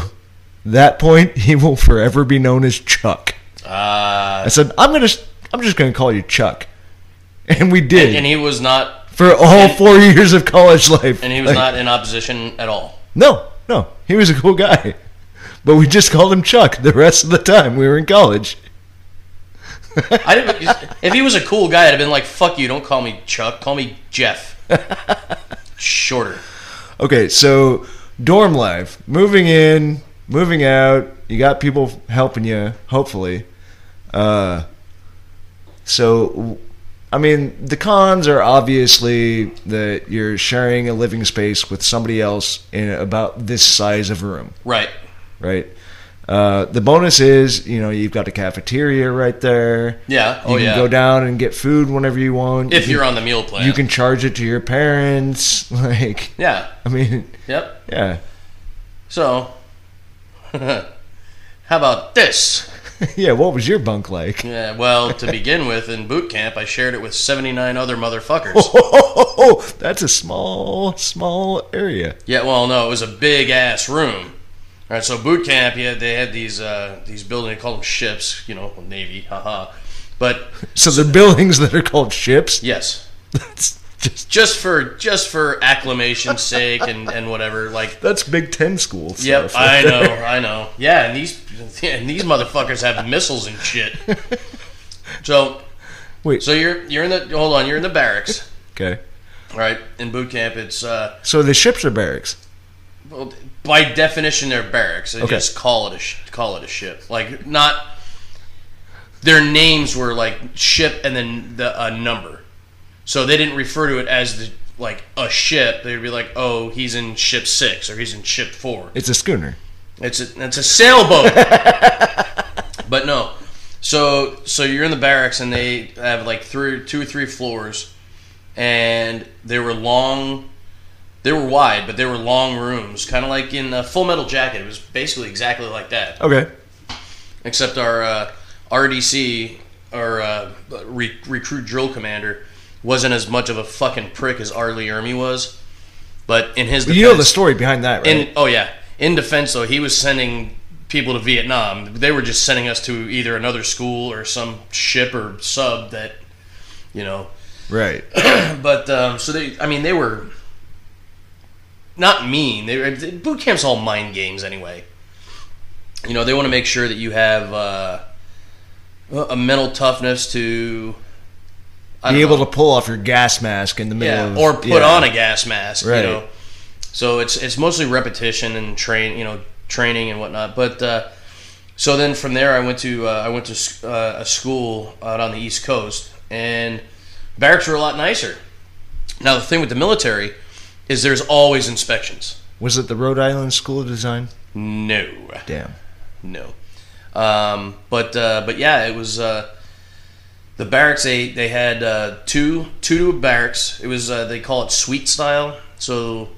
Speaker 2: *laughs* that point, he will forever be known as Chuck.
Speaker 1: Uh,
Speaker 2: I said, "I'm gonna, I'm just gonna call you Chuck," *laughs* and we did
Speaker 1: and, and he was not
Speaker 2: for all
Speaker 1: and-
Speaker 2: four *laughs* years of college life.
Speaker 1: and he was
Speaker 2: Like,
Speaker 1: not in opposition at all.
Speaker 2: No, no, he was a cool *laughs* guy, but we just called him Chuck the rest of the time we were in college.
Speaker 1: I didn't. If he was a cool guy, I'd have been like, "Fuck you! Don't call me Chuck. Call me Jeff." Shorter.
Speaker 2: Okay, so dorm life, moving in, moving out. You got people helping you, hopefully. Uh, so, I mean, the cons are obviously that you're sharing a living space with somebody else in about this size of room,
Speaker 1: Right.
Speaker 2: right? Uh, the bonus is, you know, you've got a cafeteria right there.
Speaker 1: Yeah.
Speaker 2: You
Speaker 1: oh
Speaker 2: can
Speaker 1: yeah.
Speaker 2: go down and get food whenever you want.
Speaker 1: if
Speaker 2: you
Speaker 1: you're
Speaker 2: can,
Speaker 1: on the meal plan.
Speaker 2: you can charge it to your parents. *laughs* Like,
Speaker 1: Yeah.
Speaker 2: I mean,
Speaker 1: Yep.
Speaker 2: yeah.
Speaker 1: So, *laughs* how about this?
Speaker 2: yeah, what was your bunk like? *laughs*
Speaker 1: Yeah, well, to begin with, in boot camp, I shared it with 79 other motherfuckers.
Speaker 2: That's a small, small area.
Speaker 1: yeah, well, no, it was a big ass room. All right, so boot camp, yeah, they had these uh, these buildings, they called them ships, you know, Navy, haha. But
Speaker 2: So the buildings that are called ships.
Speaker 1: yes,
Speaker 2: *laughs* That's just
Speaker 1: just for just for acclamation's sake and, and whatever, like
Speaker 2: that's Big Ten school.
Speaker 1: Yep,
Speaker 2: stuff
Speaker 1: I
Speaker 2: right
Speaker 1: know,
Speaker 2: there.
Speaker 1: I know. Yeah, and these yeah, and these motherfuckers have missiles and shit. So
Speaker 2: Wait.
Speaker 1: so you're you're in the hold on, you're in the barracks,
Speaker 2: Okay.
Speaker 1: all right? In boot camp, it's uh,
Speaker 2: So the ships are barracks.
Speaker 1: well, by definition they're barracks. They
Speaker 2: Okay.
Speaker 1: just call it a sh- call it a ship. Like not their names were like ship and then the a number, so they didn't refer to it as the like a ship. They'd be like, oh, he's in ship six or he's in ship four.
Speaker 2: It's a schooner.
Speaker 1: It's a, it's a
Speaker 2: *laughs*
Speaker 1: sailboat. but no. So so you're in the barracks and they have like three two or three floors and they were long they were wide but they were long rooms kind of like in uh, Full Metal Jacket it was basically exactly like that
Speaker 2: Okay.
Speaker 1: except our uh, RDC our uh, re- recruit drill commander wasn't as much of a fucking prick as Arlie Ermy was but in his
Speaker 2: You know the
Speaker 1: defense-
Speaker 2: story behind that, right?
Speaker 1: in oh yeah, in defense though, he was sending people to Vietnam. They were just sending us to either another school or some ship or sub that, you know. *clears throat*
Speaker 2: right.
Speaker 1: But um, so they, I mean, they were not mean. They were, boot camp's all mind games anyway. You know, they want to make sure that you have uh, a mental toughness to I
Speaker 2: Be
Speaker 1: don't
Speaker 2: able
Speaker 1: know.
Speaker 2: to pull off your gas mask in the middle
Speaker 1: yeah,
Speaker 2: of
Speaker 1: or put
Speaker 2: yeah.
Speaker 1: on a gas mask.
Speaker 2: Right.
Speaker 1: You know, so it's it's mostly repetition and train, you know, training and whatnot. But uh, so then from there, I went to uh, I went to s- uh, a school out on the East Coast, and barracks were a lot nicer. Now the thing with the military is there's always inspections.
Speaker 2: Was it the Rhode Island School of Design?
Speaker 1: No,
Speaker 2: Damn.
Speaker 1: no. Um, but uh, but yeah, it was uh, the barracks. They they had uh, two two barracks. It was uh, they call it suite style. So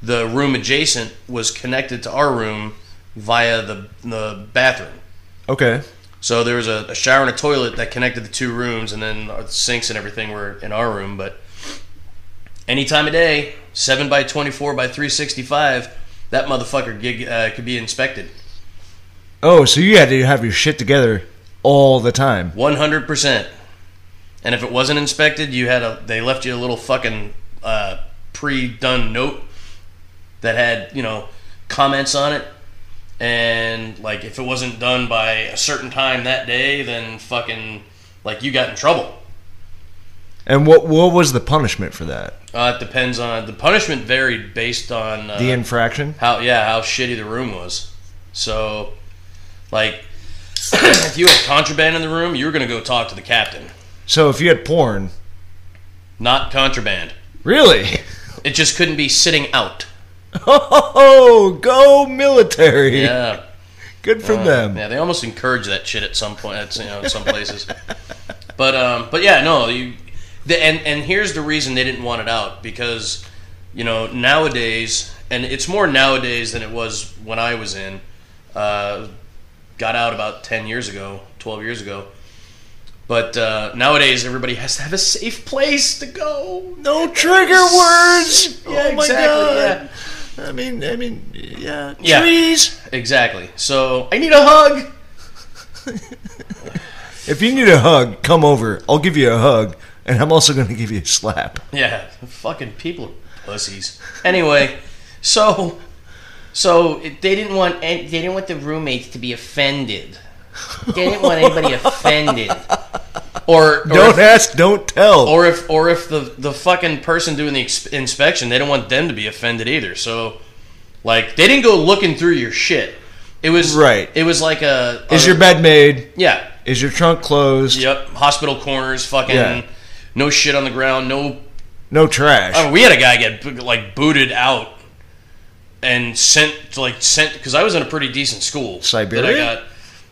Speaker 1: the room adjacent was connected to our room via the the bathroom.
Speaker 2: Okay.
Speaker 1: So there was a, a shower and a toilet that connected the two rooms, and then our sinks and everything were in our room. But any time of day, seven by twenty four by three sixty five, that motherfucker gig, uh, could be inspected.
Speaker 2: Oh, so you had to have your shit together all the time.
Speaker 1: One hundred percent. And if it wasn't inspected, you had a they left you a little fucking uh, pre-done note that had you know comments on it, and like if it wasn't done by a certain time that day, then fucking like you got in trouble.
Speaker 2: And what what was the punishment for that?
Speaker 1: Uh, it depends on the punishment varied based on uh,
Speaker 2: The infraction?
Speaker 1: how yeah how shitty the room was. So like *clears throat* if you had contraband in the room, you were gonna go talk to the captain.
Speaker 2: So if you had porn,
Speaker 1: Not contraband.
Speaker 2: really? *laughs*
Speaker 1: It just couldn't be sitting out.
Speaker 2: Oh, go military!
Speaker 1: Yeah, Uh,
Speaker 2: Good for them.
Speaker 1: yeah. They almost encourage that shit at some point. At, you know, in some places. But um, but yeah, no. You, the, and and here's the reason they didn't want it out because, you know, nowadays, and it's more nowadays than it was when I was in, uh, got out about ten years ago, twelve years ago. But uh, nowadays, everybody has to have a safe place to go.
Speaker 2: No trigger words.
Speaker 1: Yeah,
Speaker 2: oh my
Speaker 1: exactly,
Speaker 2: god. I mean, I mean, yeah,
Speaker 1: Yeah.
Speaker 2: trees.
Speaker 1: Exactly. So I need a hug.
Speaker 2: If you need a hug, come over. I'll give you a hug, and I'm also going to give you a slap.
Speaker 1: *laughs* Yeah, fucking people are pussies. Anyway, so so it- they didn't
Speaker 2: *laughs*
Speaker 1: want an- they didn't want the roommates to be offended. They didn't want anybody offended. Or, or
Speaker 2: Don't
Speaker 1: if,
Speaker 2: ask, don't tell.
Speaker 1: or if or if the the fucking person doing the ex- inspection, they don't want them to be offended either. So, like, they didn't go looking through your shit. It was
Speaker 2: Right.
Speaker 1: It was like a
Speaker 2: Is
Speaker 1: a-
Speaker 2: your bed made?
Speaker 1: yeah
Speaker 2: Is your trunk closed?
Speaker 1: yep hospital corners fucking
Speaker 2: Yeah.
Speaker 1: no shit on the ground no
Speaker 2: No trash.
Speaker 1: I mean, we had a guy get like booted out and sent to like sent because I was in a pretty decent school.
Speaker 2: Siberia?
Speaker 1: That I got.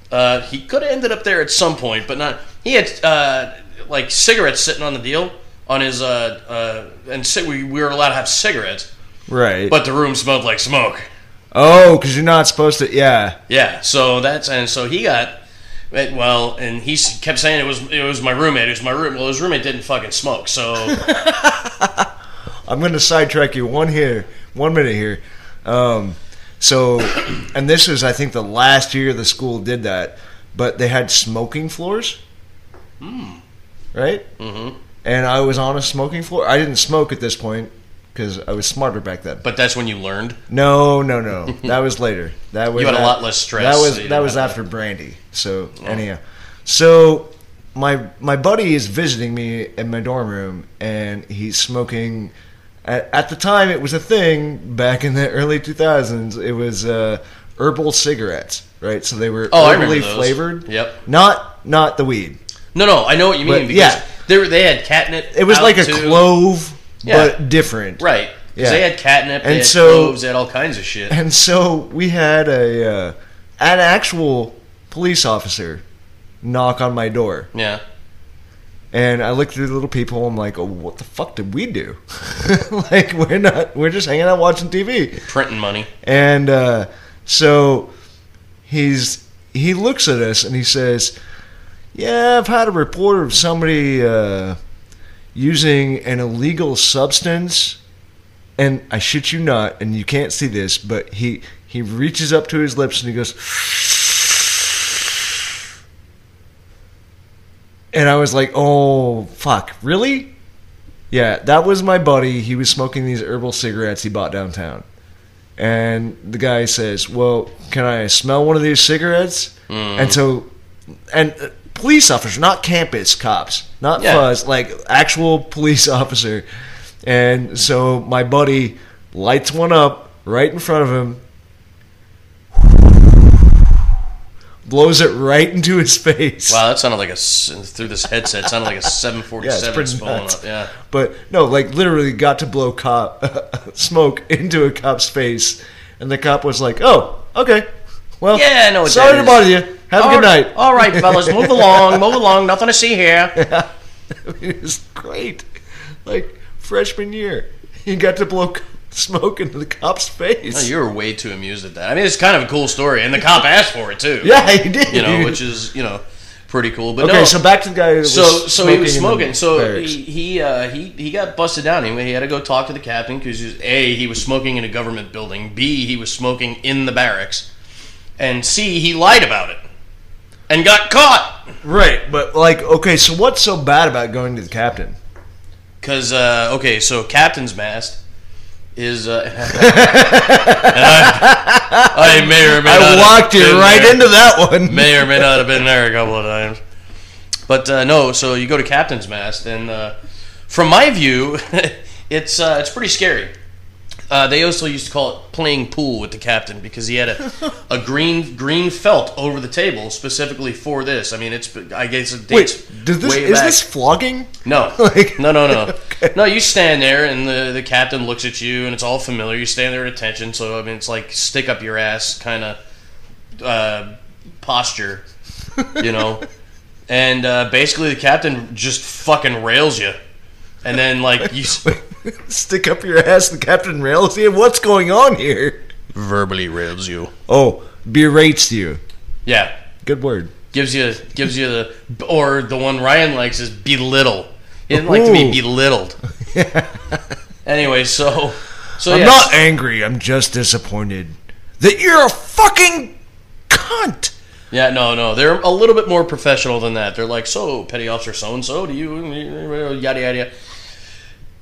Speaker 1: Uh, he could have ended up there at some point, but not. He had uh, like cigarettes sitting on the deal on his uh, uh, and ci- we, we were allowed to have cigarettes,
Speaker 2: Right.
Speaker 1: but the room smelled like smoke.
Speaker 2: oh, because you're not supposed to. Yeah.
Speaker 1: Yeah, so that's and so he got well, and he s- kept saying it was it was my roommate. It was my room. Well, his roommate didn't fucking smoke, so. *laughs*
Speaker 2: I'm going to sidetrack you one here, one minute here. Um, so, and this is, I think, the last year the school did that, but they had smoking floors. Right? Mm-hmm. And I was on a smoking floor. I didn't smoke at this point because I was smarter back then.
Speaker 1: But that's when you learned.
Speaker 2: No,
Speaker 1: *laughs*
Speaker 2: no, no. That was later. That was
Speaker 1: You had a
Speaker 2: af-
Speaker 1: lot less stress,
Speaker 2: That was
Speaker 1: so you
Speaker 2: that
Speaker 1: didn't
Speaker 2: was
Speaker 1: have Oh.
Speaker 2: after Brandy. So anyhow, so my my buddy is visiting me in my dorm room, and he's smoking. At, at the time, it was a thing back in the early 2000s. It was uh, herbal cigarettes, right? So they were
Speaker 1: Oh, I remember
Speaker 2: herbally
Speaker 1: those.
Speaker 2: flavored.
Speaker 1: Yep.
Speaker 2: Not not the weed.
Speaker 1: No, no, I know what you mean
Speaker 2: But,
Speaker 1: because
Speaker 2: yeah.
Speaker 1: they were, they had catnip.
Speaker 2: It was
Speaker 1: out,
Speaker 2: like a
Speaker 1: too.
Speaker 2: clove,
Speaker 1: Yeah.
Speaker 2: but different.
Speaker 1: right?
Speaker 2: Yeah.
Speaker 1: Because they had catnip, they
Speaker 2: And
Speaker 1: had
Speaker 2: so-
Speaker 1: cloves, they had all kinds of shit. *laughs*
Speaker 2: And so we had a uh, an actual police officer knock on my door,
Speaker 1: Yeah,
Speaker 2: and I looked through the little people. I'm like, oh, what the fuck did we do? *laughs* like we're not we're just hanging out watching TV.
Speaker 1: printing money.
Speaker 2: And uh, so he's he looks at us and he says, "Yeah, I've had a report of somebody uh, using an illegal substance." And I shit you not, and you can't see this, but he he reaches up to his lips and he goes. And I was like, "Oh fuck, really?" Yeah, that was my buddy. He was smoking these herbal cigarettes he bought downtown. And the guy says, "Well, can I smell one of these cigarettes?" And so, and uh, police officer, not campus cops, not
Speaker 1: Yeah.
Speaker 2: fuzz, like actual police *laughs* officer. And so my buddy lights one up right in front of him, blows it right into his *laughs* face.
Speaker 1: Wow, that sounded like a s- through this headset. Sounded
Speaker 2: *laughs*
Speaker 1: like a seven forty
Speaker 2: Yeah, it's
Speaker 1: seven
Speaker 2: pretty
Speaker 1: blowing
Speaker 2: nuts.
Speaker 1: up. Yeah,
Speaker 2: But no, like literally got to blow cop *laughs* smoke into a cop's face, and the cop was like, "Oh, okay, well,
Speaker 1: Yeah, I know what
Speaker 2: sorry
Speaker 1: that
Speaker 2: to
Speaker 1: is.
Speaker 2: bother you. Have a
Speaker 1: All
Speaker 2: good
Speaker 1: right-
Speaker 2: night."
Speaker 1: All right, fellas, move
Speaker 2: *laughs*
Speaker 1: along, move along. Nothing to see here.
Speaker 2: I mean, *laughs* it was great. Like freshman year, he got to blow *laughs* co- smoke into the cop's
Speaker 1: No,
Speaker 2: face.
Speaker 1: you were way too amused at that. I mean, it's kind of a cool story, and the cop asked for it too.
Speaker 2: yeah, he did. *laughs*
Speaker 1: you know, which is you know pretty cool. But
Speaker 2: okay,
Speaker 1: no,
Speaker 2: so back to the guy. Who was
Speaker 1: so so he was
Speaker 2: in the
Speaker 1: smoking. So
Speaker 2: barracks.
Speaker 1: he he, uh, he he got busted down. Anyway, he had to go talk to the captain because a he was smoking in a government building. B he was smoking in the barracks, and C he lied about it and got caught
Speaker 2: right, but like, okay, so what's so bad about going to the captain?
Speaker 1: because uh, okay, so captain's mast is.
Speaker 2: *laughs*
Speaker 1: Uh, *laughs* and I, I may or may not
Speaker 2: I
Speaker 1: have
Speaker 2: walked
Speaker 1: been
Speaker 2: you right
Speaker 1: there.
Speaker 2: into that one.
Speaker 1: may or may not have been there a couple of times. But uh, no, so you go to captain's mast, and uh, from my view, *laughs* it's uh, it's pretty scary. Uh, they also used to call it playing pool with the captain because he had a, a green green felt over the table specifically for this. I mean, it's I guess it dates
Speaker 2: *laughs* Wait, does this
Speaker 1: way
Speaker 2: is
Speaker 1: back.
Speaker 2: this flogging? *laughs*
Speaker 1: No,
Speaker 2: Like-
Speaker 1: no, no, no,
Speaker 2: Okay.
Speaker 1: no. You stand there, and the, the captain looks at you, and it's all familiar. You stand there at attention, so I mean, it's like stick up your ass kind of uh, posture, you
Speaker 2: *laughs*
Speaker 1: know. and uh, basically, the captain just fucking rails you, and then like you
Speaker 2: *laughs*
Speaker 1: s-
Speaker 2: Stick up your ass, the captain rails you. What's going on here?
Speaker 1: verbally rails you.
Speaker 2: Oh, berates you.
Speaker 1: Yeah,
Speaker 2: Good word. *laughs*
Speaker 1: gives you gives you the or the one Ryan likes is belittle. He didn't like to be
Speaker 2: Ooh.
Speaker 1: belittled. anyway, so so
Speaker 2: I'm
Speaker 1: yeah,
Speaker 2: not angry. I'm just disappointed that you're a fucking cunt. *laughs*
Speaker 1: Yeah, no, no. They're a little bit more professional than that. They're like, so, petty officer so and so, do you, yada, yada, yada.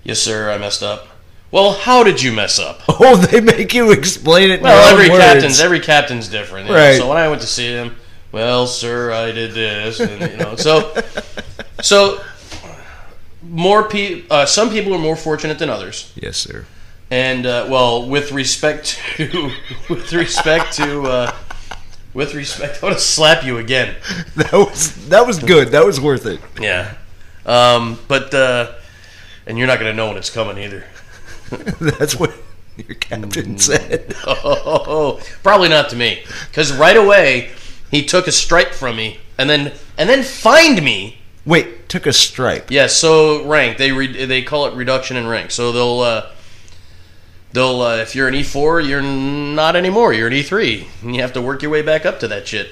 Speaker 1: Yes, sir, I messed up. Well, how did you mess up?
Speaker 2: Oh, they make you explain it. in your
Speaker 1: Well,
Speaker 2: own
Speaker 1: every
Speaker 2: words.
Speaker 1: captain's every captain's different. you know.
Speaker 2: Right. *laughs*
Speaker 1: So when I went to see him, well, sir, I did this, and you know, so So, more pe- uh, some people are more fortunate than others.
Speaker 2: Yes, sir. *laughs*
Speaker 1: And uh, well, with respect to *laughs* with respect to uh, with respect, I want to slap you again.
Speaker 2: That was that was good. That was worth it.
Speaker 1: Yeah. Um, but uh, and you're not gonna know when it's coming either. *laughs*
Speaker 2: *laughs* That's what your
Speaker 1: Hmm.
Speaker 2: captain said.
Speaker 1: Oh, Probably not to me, because right away he took a stripe from me, and then and then fined me.
Speaker 2: Wait, took a stripe.
Speaker 1: Yeah, so rank they re- they call it reduction in rank. So they'll uh, they'll uh, if you're an E4, you're not anymore. You're an E3, and you have to work your way back up to that shit.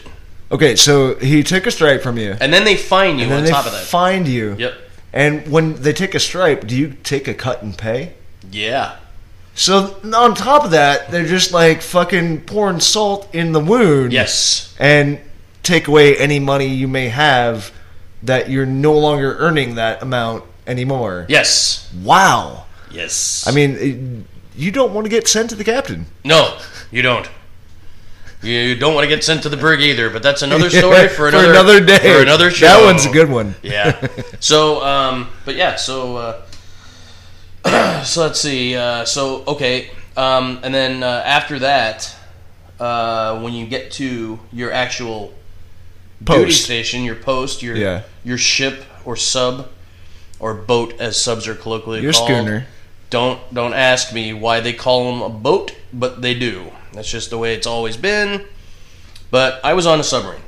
Speaker 2: Okay, so he took a stripe from you.
Speaker 1: And then they fine you
Speaker 2: And then
Speaker 1: on
Speaker 2: they
Speaker 1: top of that.
Speaker 2: find you.
Speaker 1: yep.
Speaker 2: And when they take a stripe, do you take a cut and pay?
Speaker 1: Yeah.
Speaker 2: So on top of that, they're just like fucking pouring salt in the wound.
Speaker 1: Yes.
Speaker 2: And take away any money you may have that you're no longer earning that amount anymore.
Speaker 1: Yes.
Speaker 2: Wow.
Speaker 1: Yes.
Speaker 2: I mean, it- you don't want to get sent to the captain.
Speaker 1: No, you don't. You don't want to get sent to the brig either, but that's
Speaker 2: *laughs*
Speaker 1: another story for another,
Speaker 2: day.
Speaker 1: For another show.
Speaker 2: That one's a good one.
Speaker 1: *laughs* Yeah. So, um, but yeah, so uh, *clears throat* so let's see. Uh, so okay, um, and then uh, after that, uh, when you get to your actual duty
Speaker 2: Post.
Speaker 1: station, your post, your
Speaker 2: Yeah.
Speaker 1: your ship or sub or boat, as subs are colloquially
Speaker 2: Your
Speaker 1: called.
Speaker 2: schooner.
Speaker 1: Don't don't ask me why they call them a boat, but they do. That's just the way it's always been. But I was on a submarine,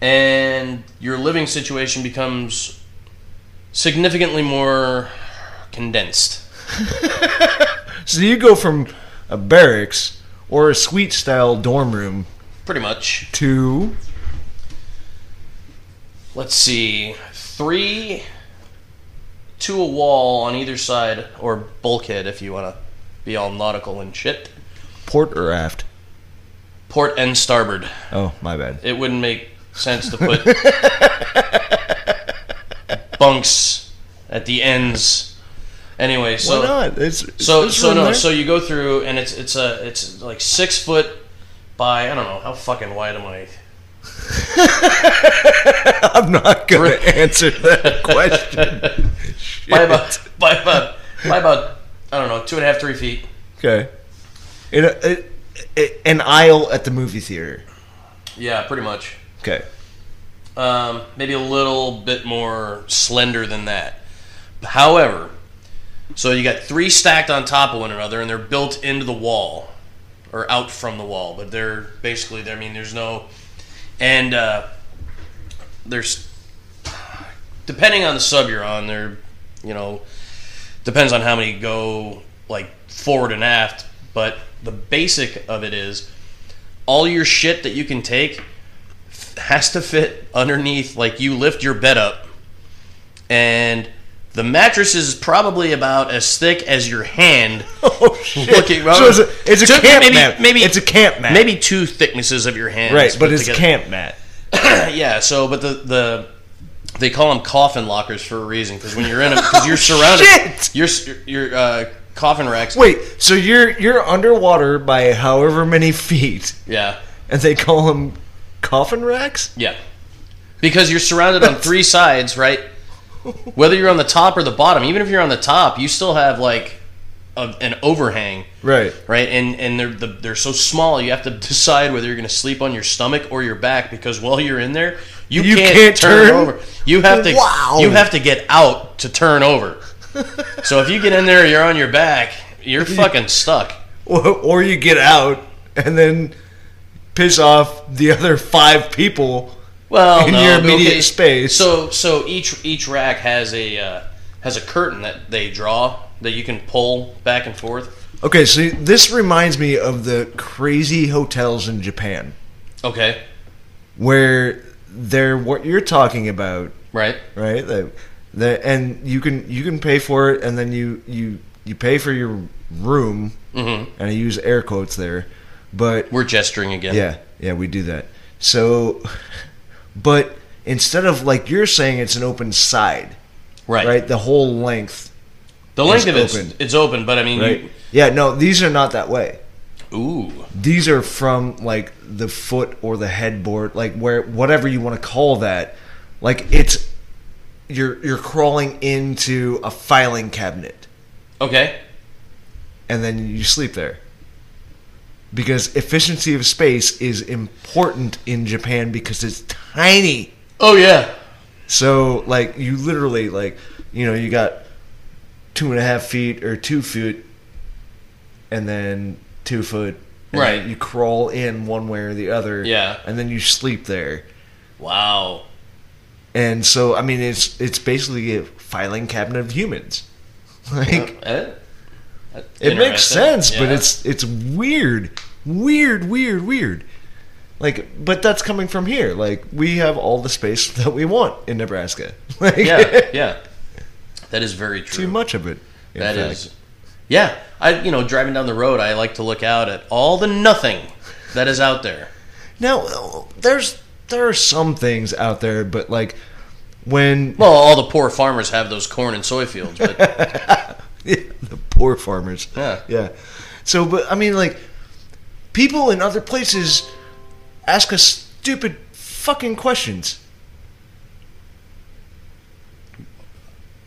Speaker 1: and your living situation becomes significantly more condensed.
Speaker 2: So you go from a barracks or a suite style dorm room
Speaker 1: Pretty much.
Speaker 2: to
Speaker 1: Let's see, three to a wall on either side, or bulkhead if you want to be all nautical and shit.
Speaker 2: port or aft.
Speaker 1: Port and starboard.
Speaker 2: Oh, my bad.
Speaker 1: It wouldn't make sense to
Speaker 2: *laughs*
Speaker 1: put bunks at the ends. Anyway, so
Speaker 2: Why not? It's,
Speaker 1: so
Speaker 2: there's
Speaker 1: so
Speaker 2: room
Speaker 1: no,
Speaker 2: there.
Speaker 1: so you go through and it's it's a it's like six foot by I don't know how fucking wide am I.
Speaker 2: I'm not going to
Speaker 1: *laughs*
Speaker 2: answer that question.
Speaker 1: By
Speaker 2: Shit.
Speaker 1: about by about by about I don't know two and a half three feet.
Speaker 2: Okay. In a, it, it, an aisle at the movie theater.
Speaker 1: Yeah, pretty much.
Speaker 2: Okay.
Speaker 1: um, maybe a little bit more slender than that. However, so you got three stacked on top of one another, and they're built into the wall or out from the wall, but they're basically there. I mean, there's no and uh, there's depending on the sub you're on, there you know depends on how many go like forward and aft, but the basic of it is all your shit that you can take has to fit underneath like you lift your bed up and the mattress is probably about as thick as your hand
Speaker 2: *laughs* Oh shit!
Speaker 1: Looking around.
Speaker 2: so it's a, it's a
Speaker 1: Took me
Speaker 2: camp
Speaker 1: maybe-
Speaker 2: mat.
Speaker 1: maybe-
Speaker 2: it's a camp mat.
Speaker 1: maybe two thicknesses of your hand
Speaker 2: right, but it's a
Speaker 1: together.
Speaker 2: camp mat.
Speaker 1: *coughs* yeah so but the the they call them coffin lockers for a reason because when you're in them
Speaker 2: *laughs*
Speaker 1: because you're surrounded
Speaker 2: Oh, Shit!
Speaker 1: you're s- you're- you're uh, coffin racks
Speaker 2: Wait, so you're you're underwater by however many *laughs* feet,
Speaker 1: yeah
Speaker 2: and they call them coffin racks?
Speaker 1: Yeah. Because you're surrounded on three sides, right? Whether you're on the top or the bottom, even if you're on the top, you still have like a, an overhang,
Speaker 2: Right.
Speaker 1: right? And and they're the, they're so small, you have to *laughs* decide whether you're going to sleep on your stomach or your back because while you're in there, you,
Speaker 2: You
Speaker 1: can't,
Speaker 2: can't
Speaker 1: turn,
Speaker 2: turn?
Speaker 1: over. You have to
Speaker 2: Wow.
Speaker 1: you have to get out to turn over. so if you get in there, you're on your back,
Speaker 2: *laughs*
Speaker 1: you're fucking stuck.
Speaker 2: Or, or you get out and then piss off the other five people.
Speaker 1: well
Speaker 2: in
Speaker 1: no,
Speaker 2: your
Speaker 1: but
Speaker 2: immediate
Speaker 1: okay,
Speaker 2: space.
Speaker 1: So so each each rack has a uh, has a curtain that they draw that you can pull back and forth.
Speaker 2: Okay, so this reminds me of the crazy hotels in Japan
Speaker 1: Okay,
Speaker 2: where they're what you're talking about
Speaker 1: right?
Speaker 2: right? Like, the, and you can you can pay for it, and then you you you pay for your room, and I use air quotes there, but
Speaker 1: We're gesturing again.
Speaker 2: yeah, yeah, we do that. So, *laughs* but instead of like you're saying, it's an open side,
Speaker 1: right.
Speaker 2: right? The whole length,
Speaker 1: The length of it's
Speaker 2: It's open.
Speaker 1: it's open, but I mean,
Speaker 2: right? Yeah, no, these are not that way.
Speaker 1: you, ooh,
Speaker 2: These are from like the foot or the headboard, like where whatever you want to call that. Like it's you're you're crawling into a filing cabinet
Speaker 1: Okay.
Speaker 2: and then you sleep there. Because efficiency of space is important in Japan because it's tiny.
Speaker 1: Oh yeah.
Speaker 2: So like you literally like you know you got two and a half feet or two foot, and then two foot. and
Speaker 1: Right.
Speaker 2: then You crawl in one way or the other.
Speaker 1: Yeah.
Speaker 2: And then you sleep there.
Speaker 1: Wow.
Speaker 2: And so I mean it's it's basically a filing cabinet of humans. *laughs* Like
Speaker 1: Eh? That's
Speaker 2: it makes
Speaker 1: interesting.
Speaker 2: sense, but
Speaker 1: Yeah.
Speaker 2: it's *laughs* it's weird, weird, weird, weird. Like, but that's coming from here. Like, we have all the space *laughs* that we want in Nebraska. *laughs* Like,
Speaker 1: yeah, yeah. That is very true.
Speaker 2: too much of it. in
Speaker 1: That
Speaker 2: fact.
Speaker 1: is, yeah. I you know driving down the road, I like to look out at all the nothing that is out there.
Speaker 2: Now, there's there are some things out there, but like when
Speaker 1: Well, all the poor farmers have those corn and soy fields,
Speaker 2: *laughs*
Speaker 1: but
Speaker 2: the poor farmers.
Speaker 1: Yeah.
Speaker 2: *laughs* yeah. So, but I mean, like people in other places ask us stupid fucking questions.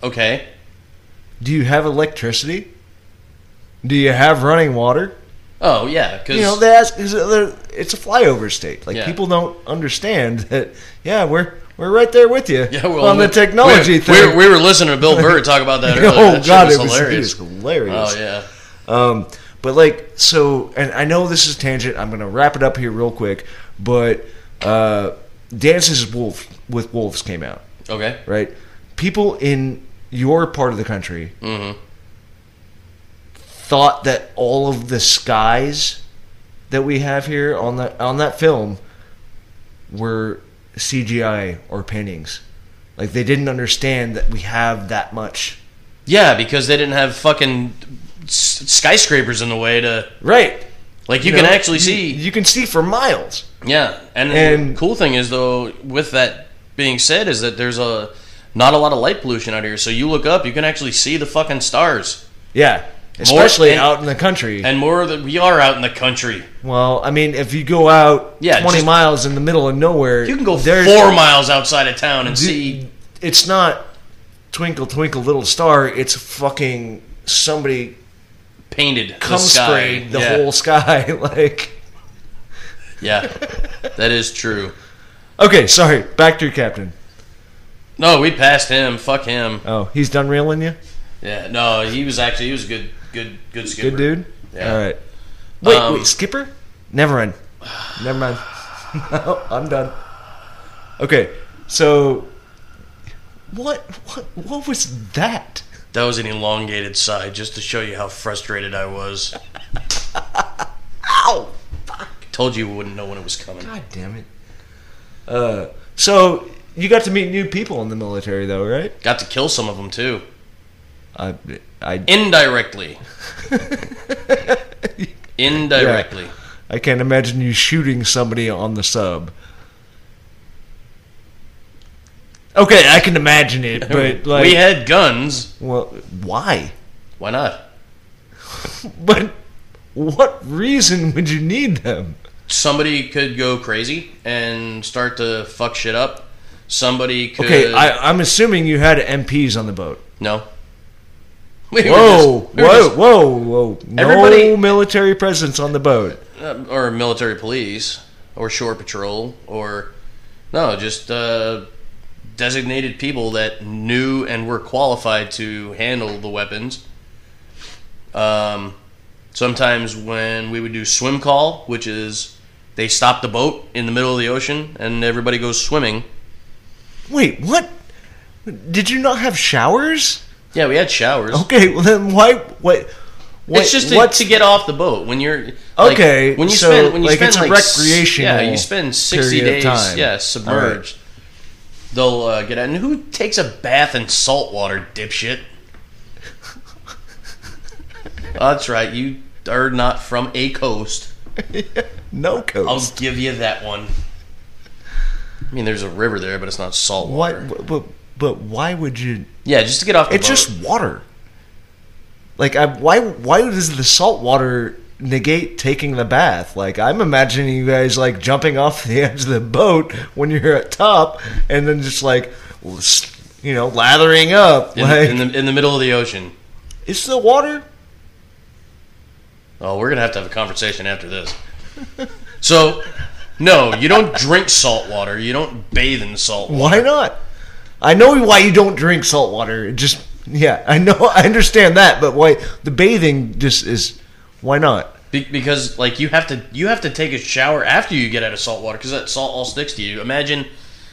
Speaker 1: okay.
Speaker 2: Do you have electricity? Do you have running water?
Speaker 1: Oh yeah, because
Speaker 2: You know, they ask. is it- they're- It's a flyover state. Like
Speaker 1: Yeah.
Speaker 2: people don't understand that. Yeah, we're we're right there with you
Speaker 1: *laughs* yeah, well,
Speaker 2: on the
Speaker 1: we-
Speaker 2: technology
Speaker 1: we,
Speaker 2: thing.
Speaker 1: We, we were listening
Speaker 2: *laughs*
Speaker 1: to Bill Burr talk about that earlier.
Speaker 2: oh
Speaker 1: that shit
Speaker 2: god,
Speaker 1: was
Speaker 2: it was it
Speaker 1: hilarious.
Speaker 2: was hilarious.
Speaker 1: Oh yeah,
Speaker 2: Um, but like, so, and I know this is tangent. I'm gonna wrap it up here real quick. But uh, Dances with Wolves, with Wolves came out,
Speaker 1: okay.
Speaker 2: right? People in your part of the country
Speaker 1: Mm-hmm.
Speaker 2: thought that all of the skies that we have here on that on that film were CGI or paintings. Like they didn't understand that we have that much.
Speaker 1: Yeah, because they didn't have fucking s- skyscrapers in the way to
Speaker 2: Right.
Speaker 1: like you, can
Speaker 2: know,
Speaker 1: actually
Speaker 2: you-
Speaker 1: see
Speaker 2: you can see for miles.
Speaker 1: Yeah, and,
Speaker 2: And-
Speaker 1: the cool thing is though, with that being said, is that there's a not a lot of light pollution out here. So you look up, you can actually see the fucking stars.
Speaker 2: Yeah, especially
Speaker 1: and-
Speaker 2: out in the country.
Speaker 1: And more that we are out in the country,
Speaker 2: well, I mean, if you go out
Speaker 1: Yeah,
Speaker 2: twenty
Speaker 1: just-
Speaker 2: miles in the middle of nowhere,
Speaker 1: you can go
Speaker 2: there's-
Speaker 1: four miles outside of town and see.
Speaker 2: It's not twinkle twinkle little star. It's fucking somebody
Speaker 1: Painted the
Speaker 2: cum
Speaker 1: sky.
Speaker 2: sprayed the
Speaker 1: yeah.
Speaker 2: whole sky. *laughs* like,
Speaker 1: yeah, that is true.
Speaker 2: okay, sorry. Back to your captain.
Speaker 1: No, we passed him. Fuck him.
Speaker 2: Oh, he's done railing you.
Speaker 1: Yeah, no, he was actually he was a good, good, good skipper.
Speaker 2: Good dude.
Speaker 1: Yeah.
Speaker 2: All right. Wait,
Speaker 1: Um,
Speaker 2: wait, skipper? Never mind. Never mind. *laughs* no, I'm done. Okay, so what? What? What was that?
Speaker 1: That was an elongated sigh, just to show you how frustrated I was.
Speaker 2: Ow!
Speaker 1: Told you we wouldn't know when it was coming.
Speaker 2: God damn it. Uh, so you got to meet new people in the military, though, right?
Speaker 1: Got to kill some of them too.
Speaker 2: I, I,
Speaker 1: Indirectly. Indirectly.
Speaker 2: I can't imagine you shooting somebody on the sub. Okay, I can imagine it, but like,
Speaker 1: we had guns.
Speaker 2: well, why?
Speaker 1: Why not?
Speaker 2: But what reason would you need them?
Speaker 1: Somebody could go crazy and start to fuck shit up. Somebody could.
Speaker 2: Okay, I, I'm assuming you had MPs on the boat.
Speaker 1: No. *laughs* We were
Speaker 2: Whoa,
Speaker 1: just- we were
Speaker 2: whoa, whoa, whoa! No
Speaker 1: Everybody-
Speaker 2: military presence on the boat.
Speaker 1: just- uh, or military police. Or shore patrol. Or. No, just uh, designated people that knew and were qualified to handle the weapons. Um, sometimes when we would do swim call, which is they stop the boat in the middle of the ocean and everybody goes swimming.
Speaker 2: Wait, what? Did you not have showers?
Speaker 1: Yeah, we had showers.
Speaker 2: Okay, well then why? What? what
Speaker 1: it's just to,
Speaker 2: what's-
Speaker 1: to get off the boat when you're like,
Speaker 2: Okay,
Speaker 1: When you
Speaker 2: so,
Speaker 1: spend when you
Speaker 2: like,
Speaker 1: spend
Speaker 2: it's a
Speaker 1: like s-
Speaker 2: recreational
Speaker 1: yeah, you spend sixty
Speaker 2: period of
Speaker 1: days
Speaker 2: time.
Speaker 1: yeah submerged. They'll uh, get out. And who takes a bath in salt water,
Speaker 2: *laughs*
Speaker 1: dipshit? Oh, that's right. You are not from a coast.
Speaker 2: no coach.
Speaker 1: I'll give you that one. I mean, there's a river there, but it's not salt water.
Speaker 2: What? But but why would you?
Speaker 1: Yeah, just to get off the
Speaker 2: It's
Speaker 1: boat.
Speaker 2: just water. Like I, why why does the salt water negate taking the bath? Like I'm imagining you guys like *laughs* jumping off the edge of the boat when you're at top, and then just like s- you know, lathering up.
Speaker 1: in,
Speaker 2: like,
Speaker 1: in the in the middle of the ocean.
Speaker 2: it's still water.
Speaker 1: Oh, we're gonna have to have a conversation after this. So, no, you don't drink salt water. You don't bathe in salt water.
Speaker 2: Why not? I know why you don't drink salt water. It just yeah, *laughs* I know. I understand that, but why the bathing just is why not?
Speaker 1: Be- because like you have to you have to take a shower after you get out of salt water because that salt all sticks to you. Imagine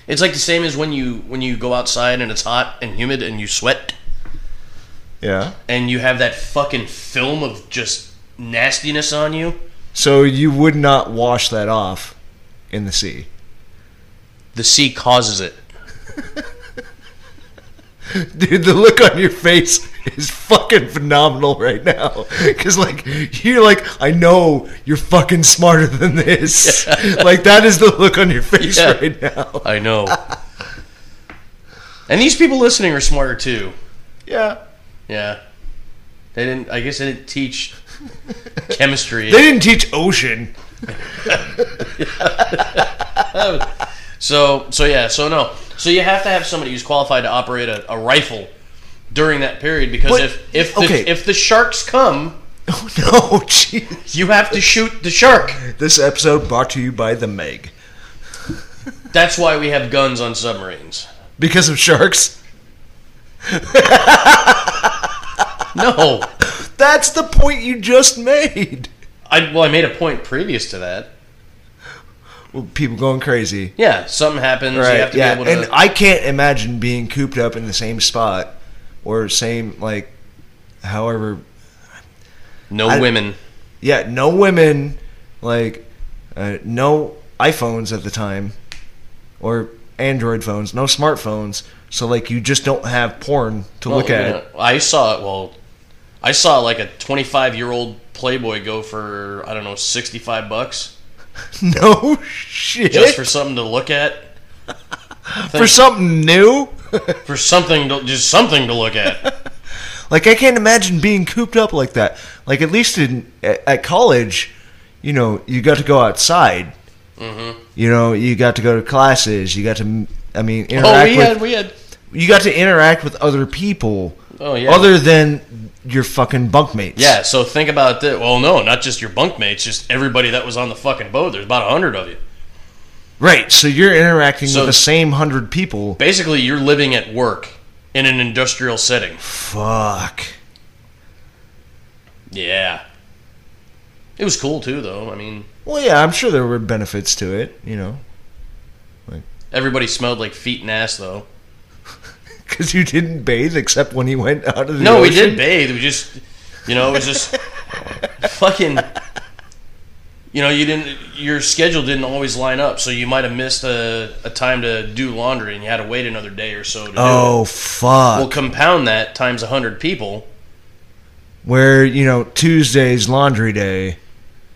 Speaker 1: it's like the same as when you when you go outside and it's hot and humid and you sweat
Speaker 2: Yeah.
Speaker 1: and you have that fucking film of just nastiness on you.
Speaker 2: So you would not wash that off in the sea.
Speaker 1: The sea causes it.
Speaker 2: Dude, the look on your face is fucking phenomenal right now. Cause like you're like, I know you're fucking smarter than
Speaker 1: *laughs*
Speaker 2: this. like that is the look on your face
Speaker 1: Yeah.
Speaker 2: right now.
Speaker 1: *laughs* I know. and these people listening are smarter too.
Speaker 2: Yeah.
Speaker 1: Yeah. They didn't I guess they didn't
Speaker 2: *laughs*
Speaker 1: teach chemistry.
Speaker 2: They didn't teach ocean. *laughs*
Speaker 1: So so yeah, so no. So you have to have somebody who's qualified to operate a, a rifle during that period because
Speaker 2: But-
Speaker 1: if if the,
Speaker 2: okay.
Speaker 1: if the sharks come,
Speaker 2: Oh no, jeez.
Speaker 1: you have to shoot the shark.
Speaker 2: This episode brought to you by the Meg.
Speaker 1: That's why we have guns on submarines.
Speaker 2: Because of sharks? *laughs*
Speaker 1: No.
Speaker 2: That's the point you just made.
Speaker 1: I well I made a point previous to that.
Speaker 2: Well, people going crazy.
Speaker 1: Yeah, something happens, you have to
Speaker 2: yeah.
Speaker 1: be able to
Speaker 2: And I can't imagine being cooped up in the same spot or same like however
Speaker 1: no
Speaker 2: I-
Speaker 1: women.
Speaker 2: yeah, no women like uh, no iPhones at the time or Android phones, no smartphones. So like you just don't have porn to look
Speaker 1: Well,
Speaker 2: at.
Speaker 1: you know, I saw it. Well, I saw like a 25 year old Playboy go for I don't know 65 bucks
Speaker 2: *laughs* No shit.
Speaker 1: just for something to look at,
Speaker 2: for something new?
Speaker 1: for something to, just something to look at.
Speaker 2: Like I can't imagine being cooped up like that. Like at least in at, at college, you know, you got to go outside.
Speaker 1: Mm-hmm.
Speaker 2: You know, you got to go to classes. You got to, I mean,
Speaker 1: *laughs* oh,
Speaker 2: interact
Speaker 1: we
Speaker 2: with.
Speaker 1: had we had.
Speaker 2: you got to interact with other people.
Speaker 1: Oh, yeah.
Speaker 2: Other than your fucking bunkmates.
Speaker 1: Yeah, so think about that. Well, no, not just your bunkmates, just everybody that was on the fucking boat. There's about a hundred of you.
Speaker 2: Right. So you're interacting
Speaker 1: So-
Speaker 2: with the same hundred people.
Speaker 1: Basically, you're living at work in an industrial setting.
Speaker 2: Fuck.
Speaker 1: Yeah, it was cool too, though. I mean,
Speaker 2: Well, yeah, I'm sure there were benefits to it. You know, *laughs*
Speaker 1: everybody smelled like feet and ass, though.
Speaker 2: because you didn't bathe except when you went out of the.
Speaker 1: No, we
Speaker 2: ocean.
Speaker 1: did bathe. We just, you know, it was
Speaker 2: *laughs*
Speaker 1: just fucking. You know, you didn't. Your schedule didn't always line up, so you might have missed a, a time to do laundry, and you had to wait another day or so to do it.
Speaker 2: Oh fuck.
Speaker 1: Well, compound that times hundred people.
Speaker 2: where you know Tuesday's laundry day.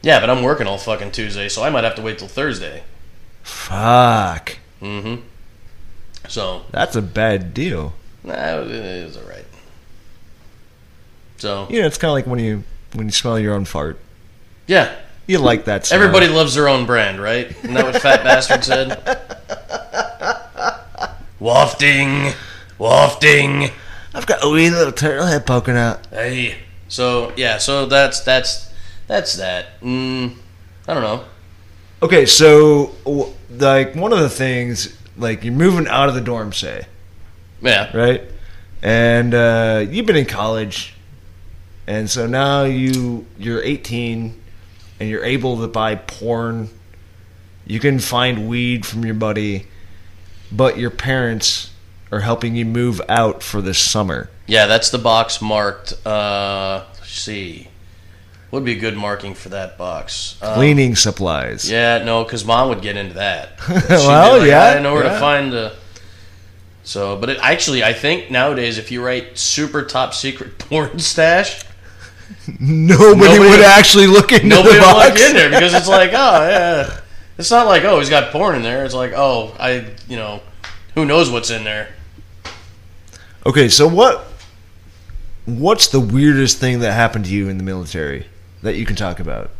Speaker 1: Yeah, but I'm working all fucking Tuesday, so I might have to wait till Thursday.
Speaker 2: Fuck,
Speaker 1: Mm-hmm. So
Speaker 2: that's a bad deal.
Speaker 1: nah, it was all right. So
Speaker 2: You know, it's kind of like when you when you smell your own fart.
Speaker 1: yeah,
Speaker 2: You like that. Smell.
Speaker 1: Everybody loves their own brand, right? Isn't that what Fat Bastard said? *laughs* Wafting, wafting.
Speaker 2: I've got a wee little turtle head poking out.
Speaker 1: Hey. So yeah, so that's that's that's that. Mm, I don't know.
Speaker 2: Okay, so w- like one of the things, like you're moving out of the dorm, say,
Speaker 1: Yeah.
Speaker 2: right? And uh, you've been in college, and so now you you're 18, and you're able to buy porn. You can find weed from your buddy, but your parents are helping you move out for this summer.
Speaker 1: Yeah, that's the box marked. Uh, let's see, would be good marking for that box. Uh,
Speaker 2: Cleaning supplies.
Speaker 1: yeah, no, because mom would get into
Speaker 2: *laughs*
Speaker 1: that. She'd be
Speaker 2: Well, yeah,
Speaker 1: I didn't know where to
Speaker 2: yeah.
Speaker 1: find the. So, but it, actually, I think nowadays, if you write "super top secret *laughs* porn stash,"
Speaker 2: *laughs* Nobody,
Speaker 1: Nobody
Speaker 2: would
Speaker 1: would-
Speaker 2: actually look into
Speaker 1: nobody
Speaker 2: the
Speaker 1: would
Speaker 2: box.
Speaker 1: look in there because it's
Speaker 2: *laughs*
Speaker 1: like, oh yeah, it's not like oh he's got porn in there. It's like oh I you know who knows what's in there.
Speaker 2: Okay, so what? What's the weirdest thing that happened to you in the military that you can talk about?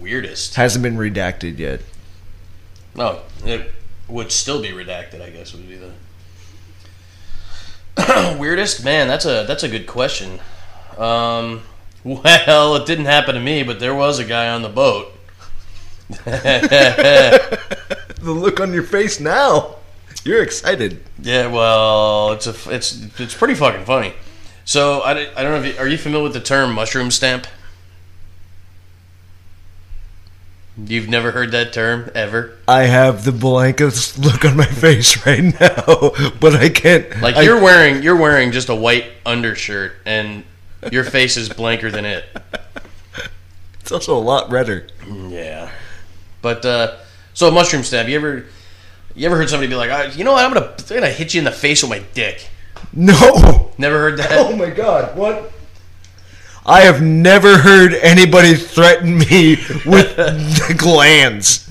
Speaker 1: Weirdest.
Speaker 2: Hasn't been redacted yet.
Speaker 1: Oh, No, it would still be redacted. I guess would be the. *clears throat* weirdest? Man, that's a that's a good question. Um, *laughs* well, it didn't happen to me, but there was a guy on the boat.
Speaker 2: The look on your face now. You're excited.
Speaker 1: Yeah, well, it's a it's it's pretty fucking funny. So I, di- I don't know if you, are you familiar with the term mushroom stamp? You've never heard that term ever.
Speaker 2: I have the blankest look on my face right now, *laughs* but I can't.
Speaker 1: Like
Speaker 2: I-
Speaker 1: you're wearing you're wearing just a white undershirt and your face is blanker than it.
Speaker 2: It's also a lot redder.
Speaker 1: Yeah. But uh, so mushroom stamp. You ever you ever heard somebody be like, "Ah, you know what? I'm gonna I'm gonna hit you in the face with my dick.
Speaker 2: No.
Speaker 1: Never heard that.
Speaker 2: *laughs* Oh my god, what? I have never heard anybody threaten me *laughs* with the glands.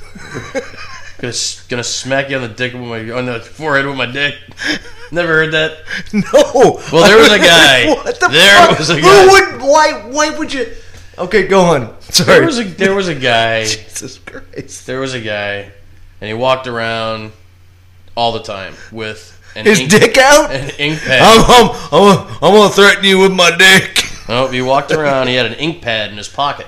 Speaker 1: Gonna s- gonna smack you on the dick with my on the forehead with my
Speaker 2: *laughs*
Speaker 1: dick. Never heard that.
Speaker 2: No.
Speaker 1: Well, there was a guy.
Speaker 2: *laughs* what the
Speaker 1: There
Speaker 2: fuck?
Speaker 1: was a guy.
Speaker 2: Who would? Why? Why would you? Okay, go on. Sorry.
Speaker 1: There was
Speaker 2: *laughs*
Speaker 1: a there was a guy
Speaker 2: Jesus Christ.
Speaker 1: there was a guy, and he walked around all the time with an
Speaker 2: His
Speaker 1: ink,
Speaker 2: dick Oh. out.
Speaker 1: an
Speaker 2: *laughs*
Speaker 1: ink pad.
Speaker 2: I'm, I'm, I'm, I'm gonna threaten you with my dick. *laughs*
Speaker 1: Oh, he walked around. He had an ink pad in his pocket.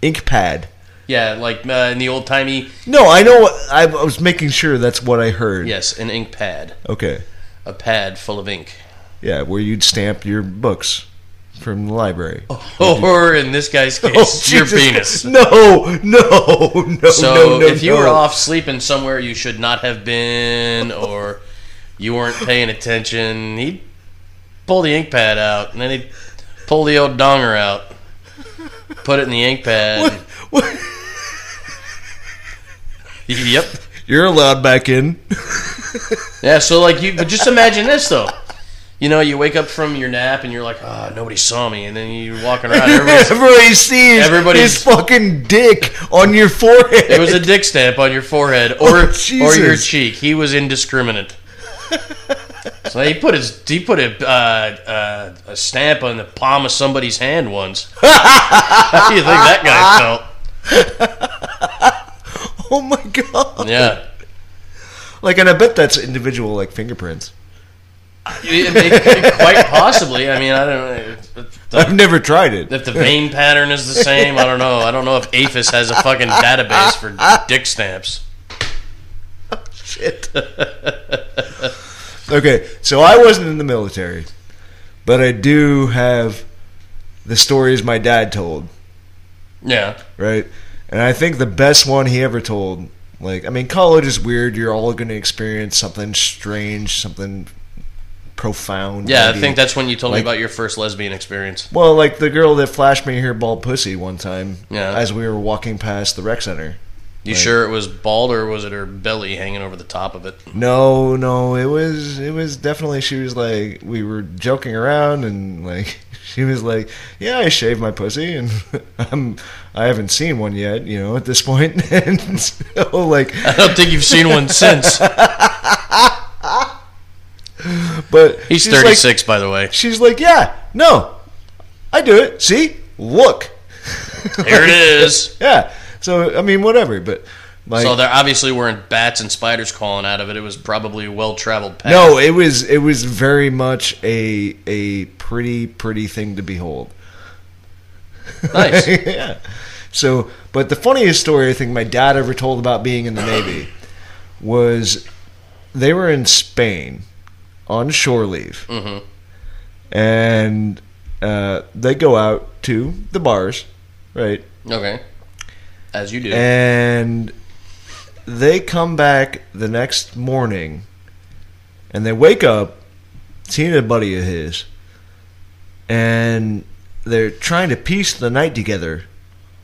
Speaker 2: Ink pad.
Speaker 1: Yeah, like uh, in the old timey.
Speaker 2: No, I know. What, I, I was making sure that's what I heard.
Speaker 1: Yes, an ink pad,
Speaker 2: Okay.
Speaker 1: a pad full of ink.
Speaker 2: Yeah, where you'd stamp your books from the library.
Speaker 1: Or in this
Speaker 2: *laughs*
Speaker 1: guy's case, Oh, your
Speaker 2: Oh, Jesus.
Speaker 1: penis.
Speaker 2: *laughs* No, no, no,
Speaker 1: So
Speaker 2: no, no.
Speaker 1: if you
Speaker 2: no.
Speaker 1: were off sleeping somewhere you should not have been, or you weren't paying attention, he'd pull the ink pad out, and then he'd pull the old donger out, put it in the ink pad.
Speaker 2: What?
Speaker 1: Yep.
Speaker 2: *laughs* you're allowed back in.
Speaker 1: Yeah. So like you, but just imagine this though. You know, you wake up from your nap and you're like, ah, nobody saw me, and then you're walking around. Everybody's,
Speaker 2: *laughs* Everybody sees
Speaker 1: Everybody's-
Speaker 2: his fucking dick on your forehead.
Speaker 1: it was a dick stamp on your forehead or or your
Speaker 2: Oh, Jesus.
Speaker 1: cheek. He was indiscriminate. so he put his he put a uh, uh, a stamp on the palm of somebody's hand
Speaker 2: *laughs*
Speaker 1: once. How do you think that guy felt?
Speaker 2: *laughs* oh my god!
Speaker 1: Yeah.
Speaker 2: Like, and I bet that's individual, like fingerprints.
Speaker 1: It- it- it- quite possibly. I mean, I don't know.
Speaker 2: I've never tried it.
Speaker 1: If the vein pattern is the same, I don't know. I don't know if APHIS has a fucking database for dick stamps.
Speaker 2: Shit. *laughs* okay, so I wasn't in the military, but I do have the stories my dad told.
Speaker 1: Yeah.
Speaker 2: right? And I think the best one he ever told, like, I mean, college is weird. You're all going to experience something strange, something profound.
Speaker 1: Yeah, I
Speaker 2: maybe.
Speaker 1: think that's when you told me
Speaker 2: Like-
Speaker 1: about your first lesbian experience.
Speaker 2: Well, like the girl that flashed me her bald pussy one time
Speaker 1: Yeah.
Speaker 2: as we were walking past the rec center.
Speaker 1: You
Speaker 2: Like-
Speaker 1: sure it was bald or was it her belly hanging over the top of it? *laughs*
Speaker 2: No, no, it was it was definitely she was like we were joking around and like *laughs* she was like, "Yeah, I shaved my pussy and *laughs* I'm I haven't seen one yet, you know, at this point." *laughs* And so
Speaker 1: *laughs*
Speaker 2: like
Speaker 1: I don't think you've seen one
Speaker 2: *laughs*
Speaker 1: since.
Speaker 2: but
Speaker 1: He's
Speaker 2: she's like-
Speaker 1: 36, by the
Speaker 2: *laughs*
Speaker 1: way.
Speaker 2: She's like, yeah, no, I do it. See, look,
Speaker 1: Here it is.
Speaker 2: yeah. So I mean, whatever. But like,
Speaker 1: So there obviously weren't bats and spiders crawling out of it. It was probably a well-traveled path.
Speaker 2: no, it was it was very much a a pretty pretty thing to behold.
Speaker 1: Nice.
Speaker 2: *laughs* yeah. So, but the funniest story I think my dad ever told about being in the Navy was they were in Spain on shore leave,
Speaker 1: Mhm.
Speaker 2: and uh, they go out to the bars, right?
Speaker 1: Okay. As you do.
Speaker 2: And they come back the next morning and they wake up, seeing a buddy of his, and they're trying to piece the night together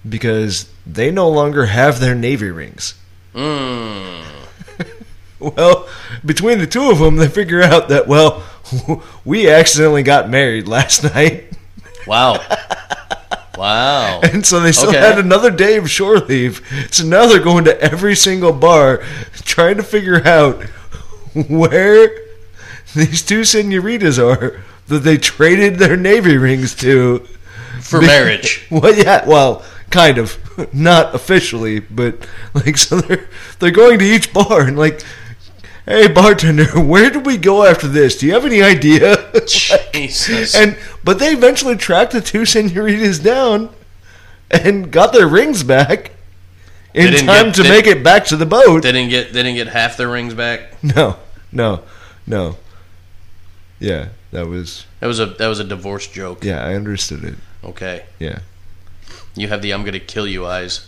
Speaker 2: because they no longer have their navy rings. *laughs*
Speaker 1: Mm.
Speaker 2: Well, between the two of them, they figure out that, well, *laughs* we accidentally got married last *laughs* night. *laughs*
Speaker 1: Wow. Wow.
Speaker 2: And so they still
Speaker 1: Okay.
Speaker 2: had another day of shore leave. So now they're going to every single bar trying to figure out where these two senoritas are that they traded their navy rings to.
Speaker 1: For
Speaker 2: *laughs*
Speaker 1: marriage.
Speaker 2: Well, yeah, well, kind of. Not officially, but like, so they're, they're going to each bar and like, "Hey bartender, *laughs* where do we go after this? Do you have any idea?" *laughs*
Speaker 1: Jesus.
Speaker 2: and but they eventually tracked the two senoritas down and got their rings back in
Speaker 1: didn't
Speaker 2: time
Speaker 1: get-
Speaker 2: to
Speaker 1: they-
Speaker 2: make it back to the boat.
Speaker 1: they didn't get they didn't get half their rings back.
Speaker 2: *laughs* no, no, no. Yeah, that was
Speaker 1: That was a that was a divorce joke.
Speaker 2: yeah. I understood it.
Speaker 1: Okay.
Speaker 2: Yeah,
Speaker 1: You have the I'm gonna kill you
Speaker 2: *laughs*
Speaker 1: eyes.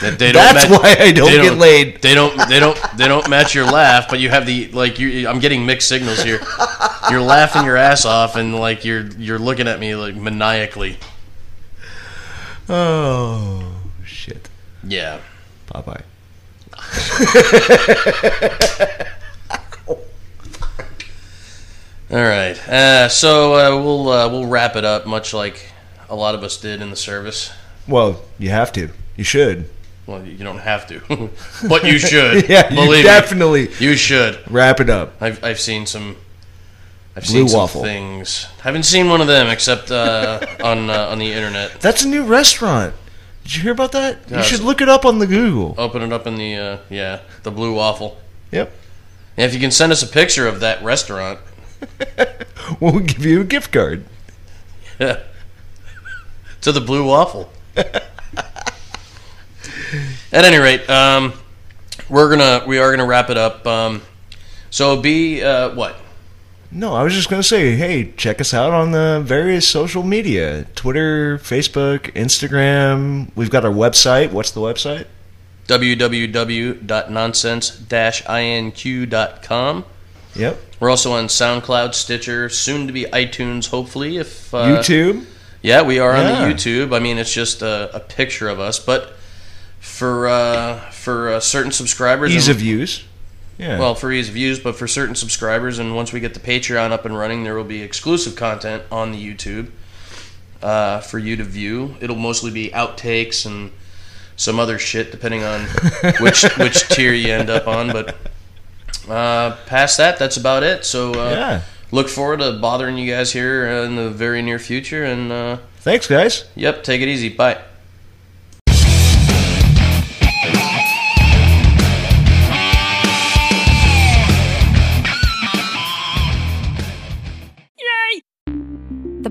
Speaker 1: That they
Speaker 2: that's
Speaker 1: match-
Speaker 2: why I don't
Speaker 1: they
Speaker 2: get laid.
Speaker 1: They don't. They don't. They don't match your laugh, but you have the like. You, I'm getting mixed signals here. You're laughing your ass off, and like you're you're looking at me like maniacally.
Speaker 2: Oh shit,
Speaker 1: Yeah.
Speaker 2: Popeye.
Speaker 1: All right. Uh, so uh, we'll uh, we'll wrap it up, much like a lot of us did in the service.
Speaker 2: Well, you have to. You should.
Speaker 1: Well, you don't have to, *laughs* but you should.
Speaker 2: *laughs* Yeah, you
Speaker 1: believe me.
Speaker 2: definitely
Speaker 1: You should.
Speaker 2: wrap it up.
Speaker 1: I've I've seen some. I've
Speaker 2: Blue
Speaker 1: seen some
Speaker 2: waffle.
Speaker 1: things. Haven't seen one of them except uh, *laughs* on uh, on the internet.
Speaker 2: That's a new restaurant. Did you hear about that? you
Speaker 1: Yeah,
Speaker 2: should
Speaker 1: it's-
Speaker 2: look it up on the Google.
Speaker 1: Open it up in the uh, yeah the blue waffle.
Speaker 2: Yep.
Speaker 1: And if you can send us a picture of that restaurant, *laughs*
Speaker 2: We'll give you a gift card.
Speaker 1: to the blue waffle. *laughs* At any rate, um, we're gonna we are gonna wrap it up. Um, so be uh, what?
Speaker 2: No, I was just gonna say, hey, check us out on the various social media: Twitter, Facebook, Instagram. We've got our website. What's the website?
Speaker 1: www.nonsense-inq.com.
Speaker 2: Yep.
Speaker 1: We're also on SoundCloud, Stitcher, soon to be iTunes. Hopefully, if uh,
Speaker 2: YouTube.
Speaker 1: Yeah, we are on
Speaker 2: Yeah.
Speaker 1: the YouTube. I mean, it's just a, a picture of us, but for uh, for uh, certain subscribers,
Speaker 2: Ease
Speaker 1: and-
Speaker 2: of use. Yeah.
Speaker 1: well, for ease of use, but for certain subscribers, and once we get the Patreon up and running, there will be exclusive content on the YouTube uh, for you to view. It'll mostly be outtakes and some other shit, depending
Speaker 2: *laughs*
Speaker 1: on which which tier you end up on. But uh, past that, that's about it. So uh,
Speaker 2: Yeah.
Speaker 1: look forward to bothering you guys here in the very near future. And uh,
Speaker 2: Thanks, guys.
Speaker 1: yep, take it easy. Bye.
Speaker 3: The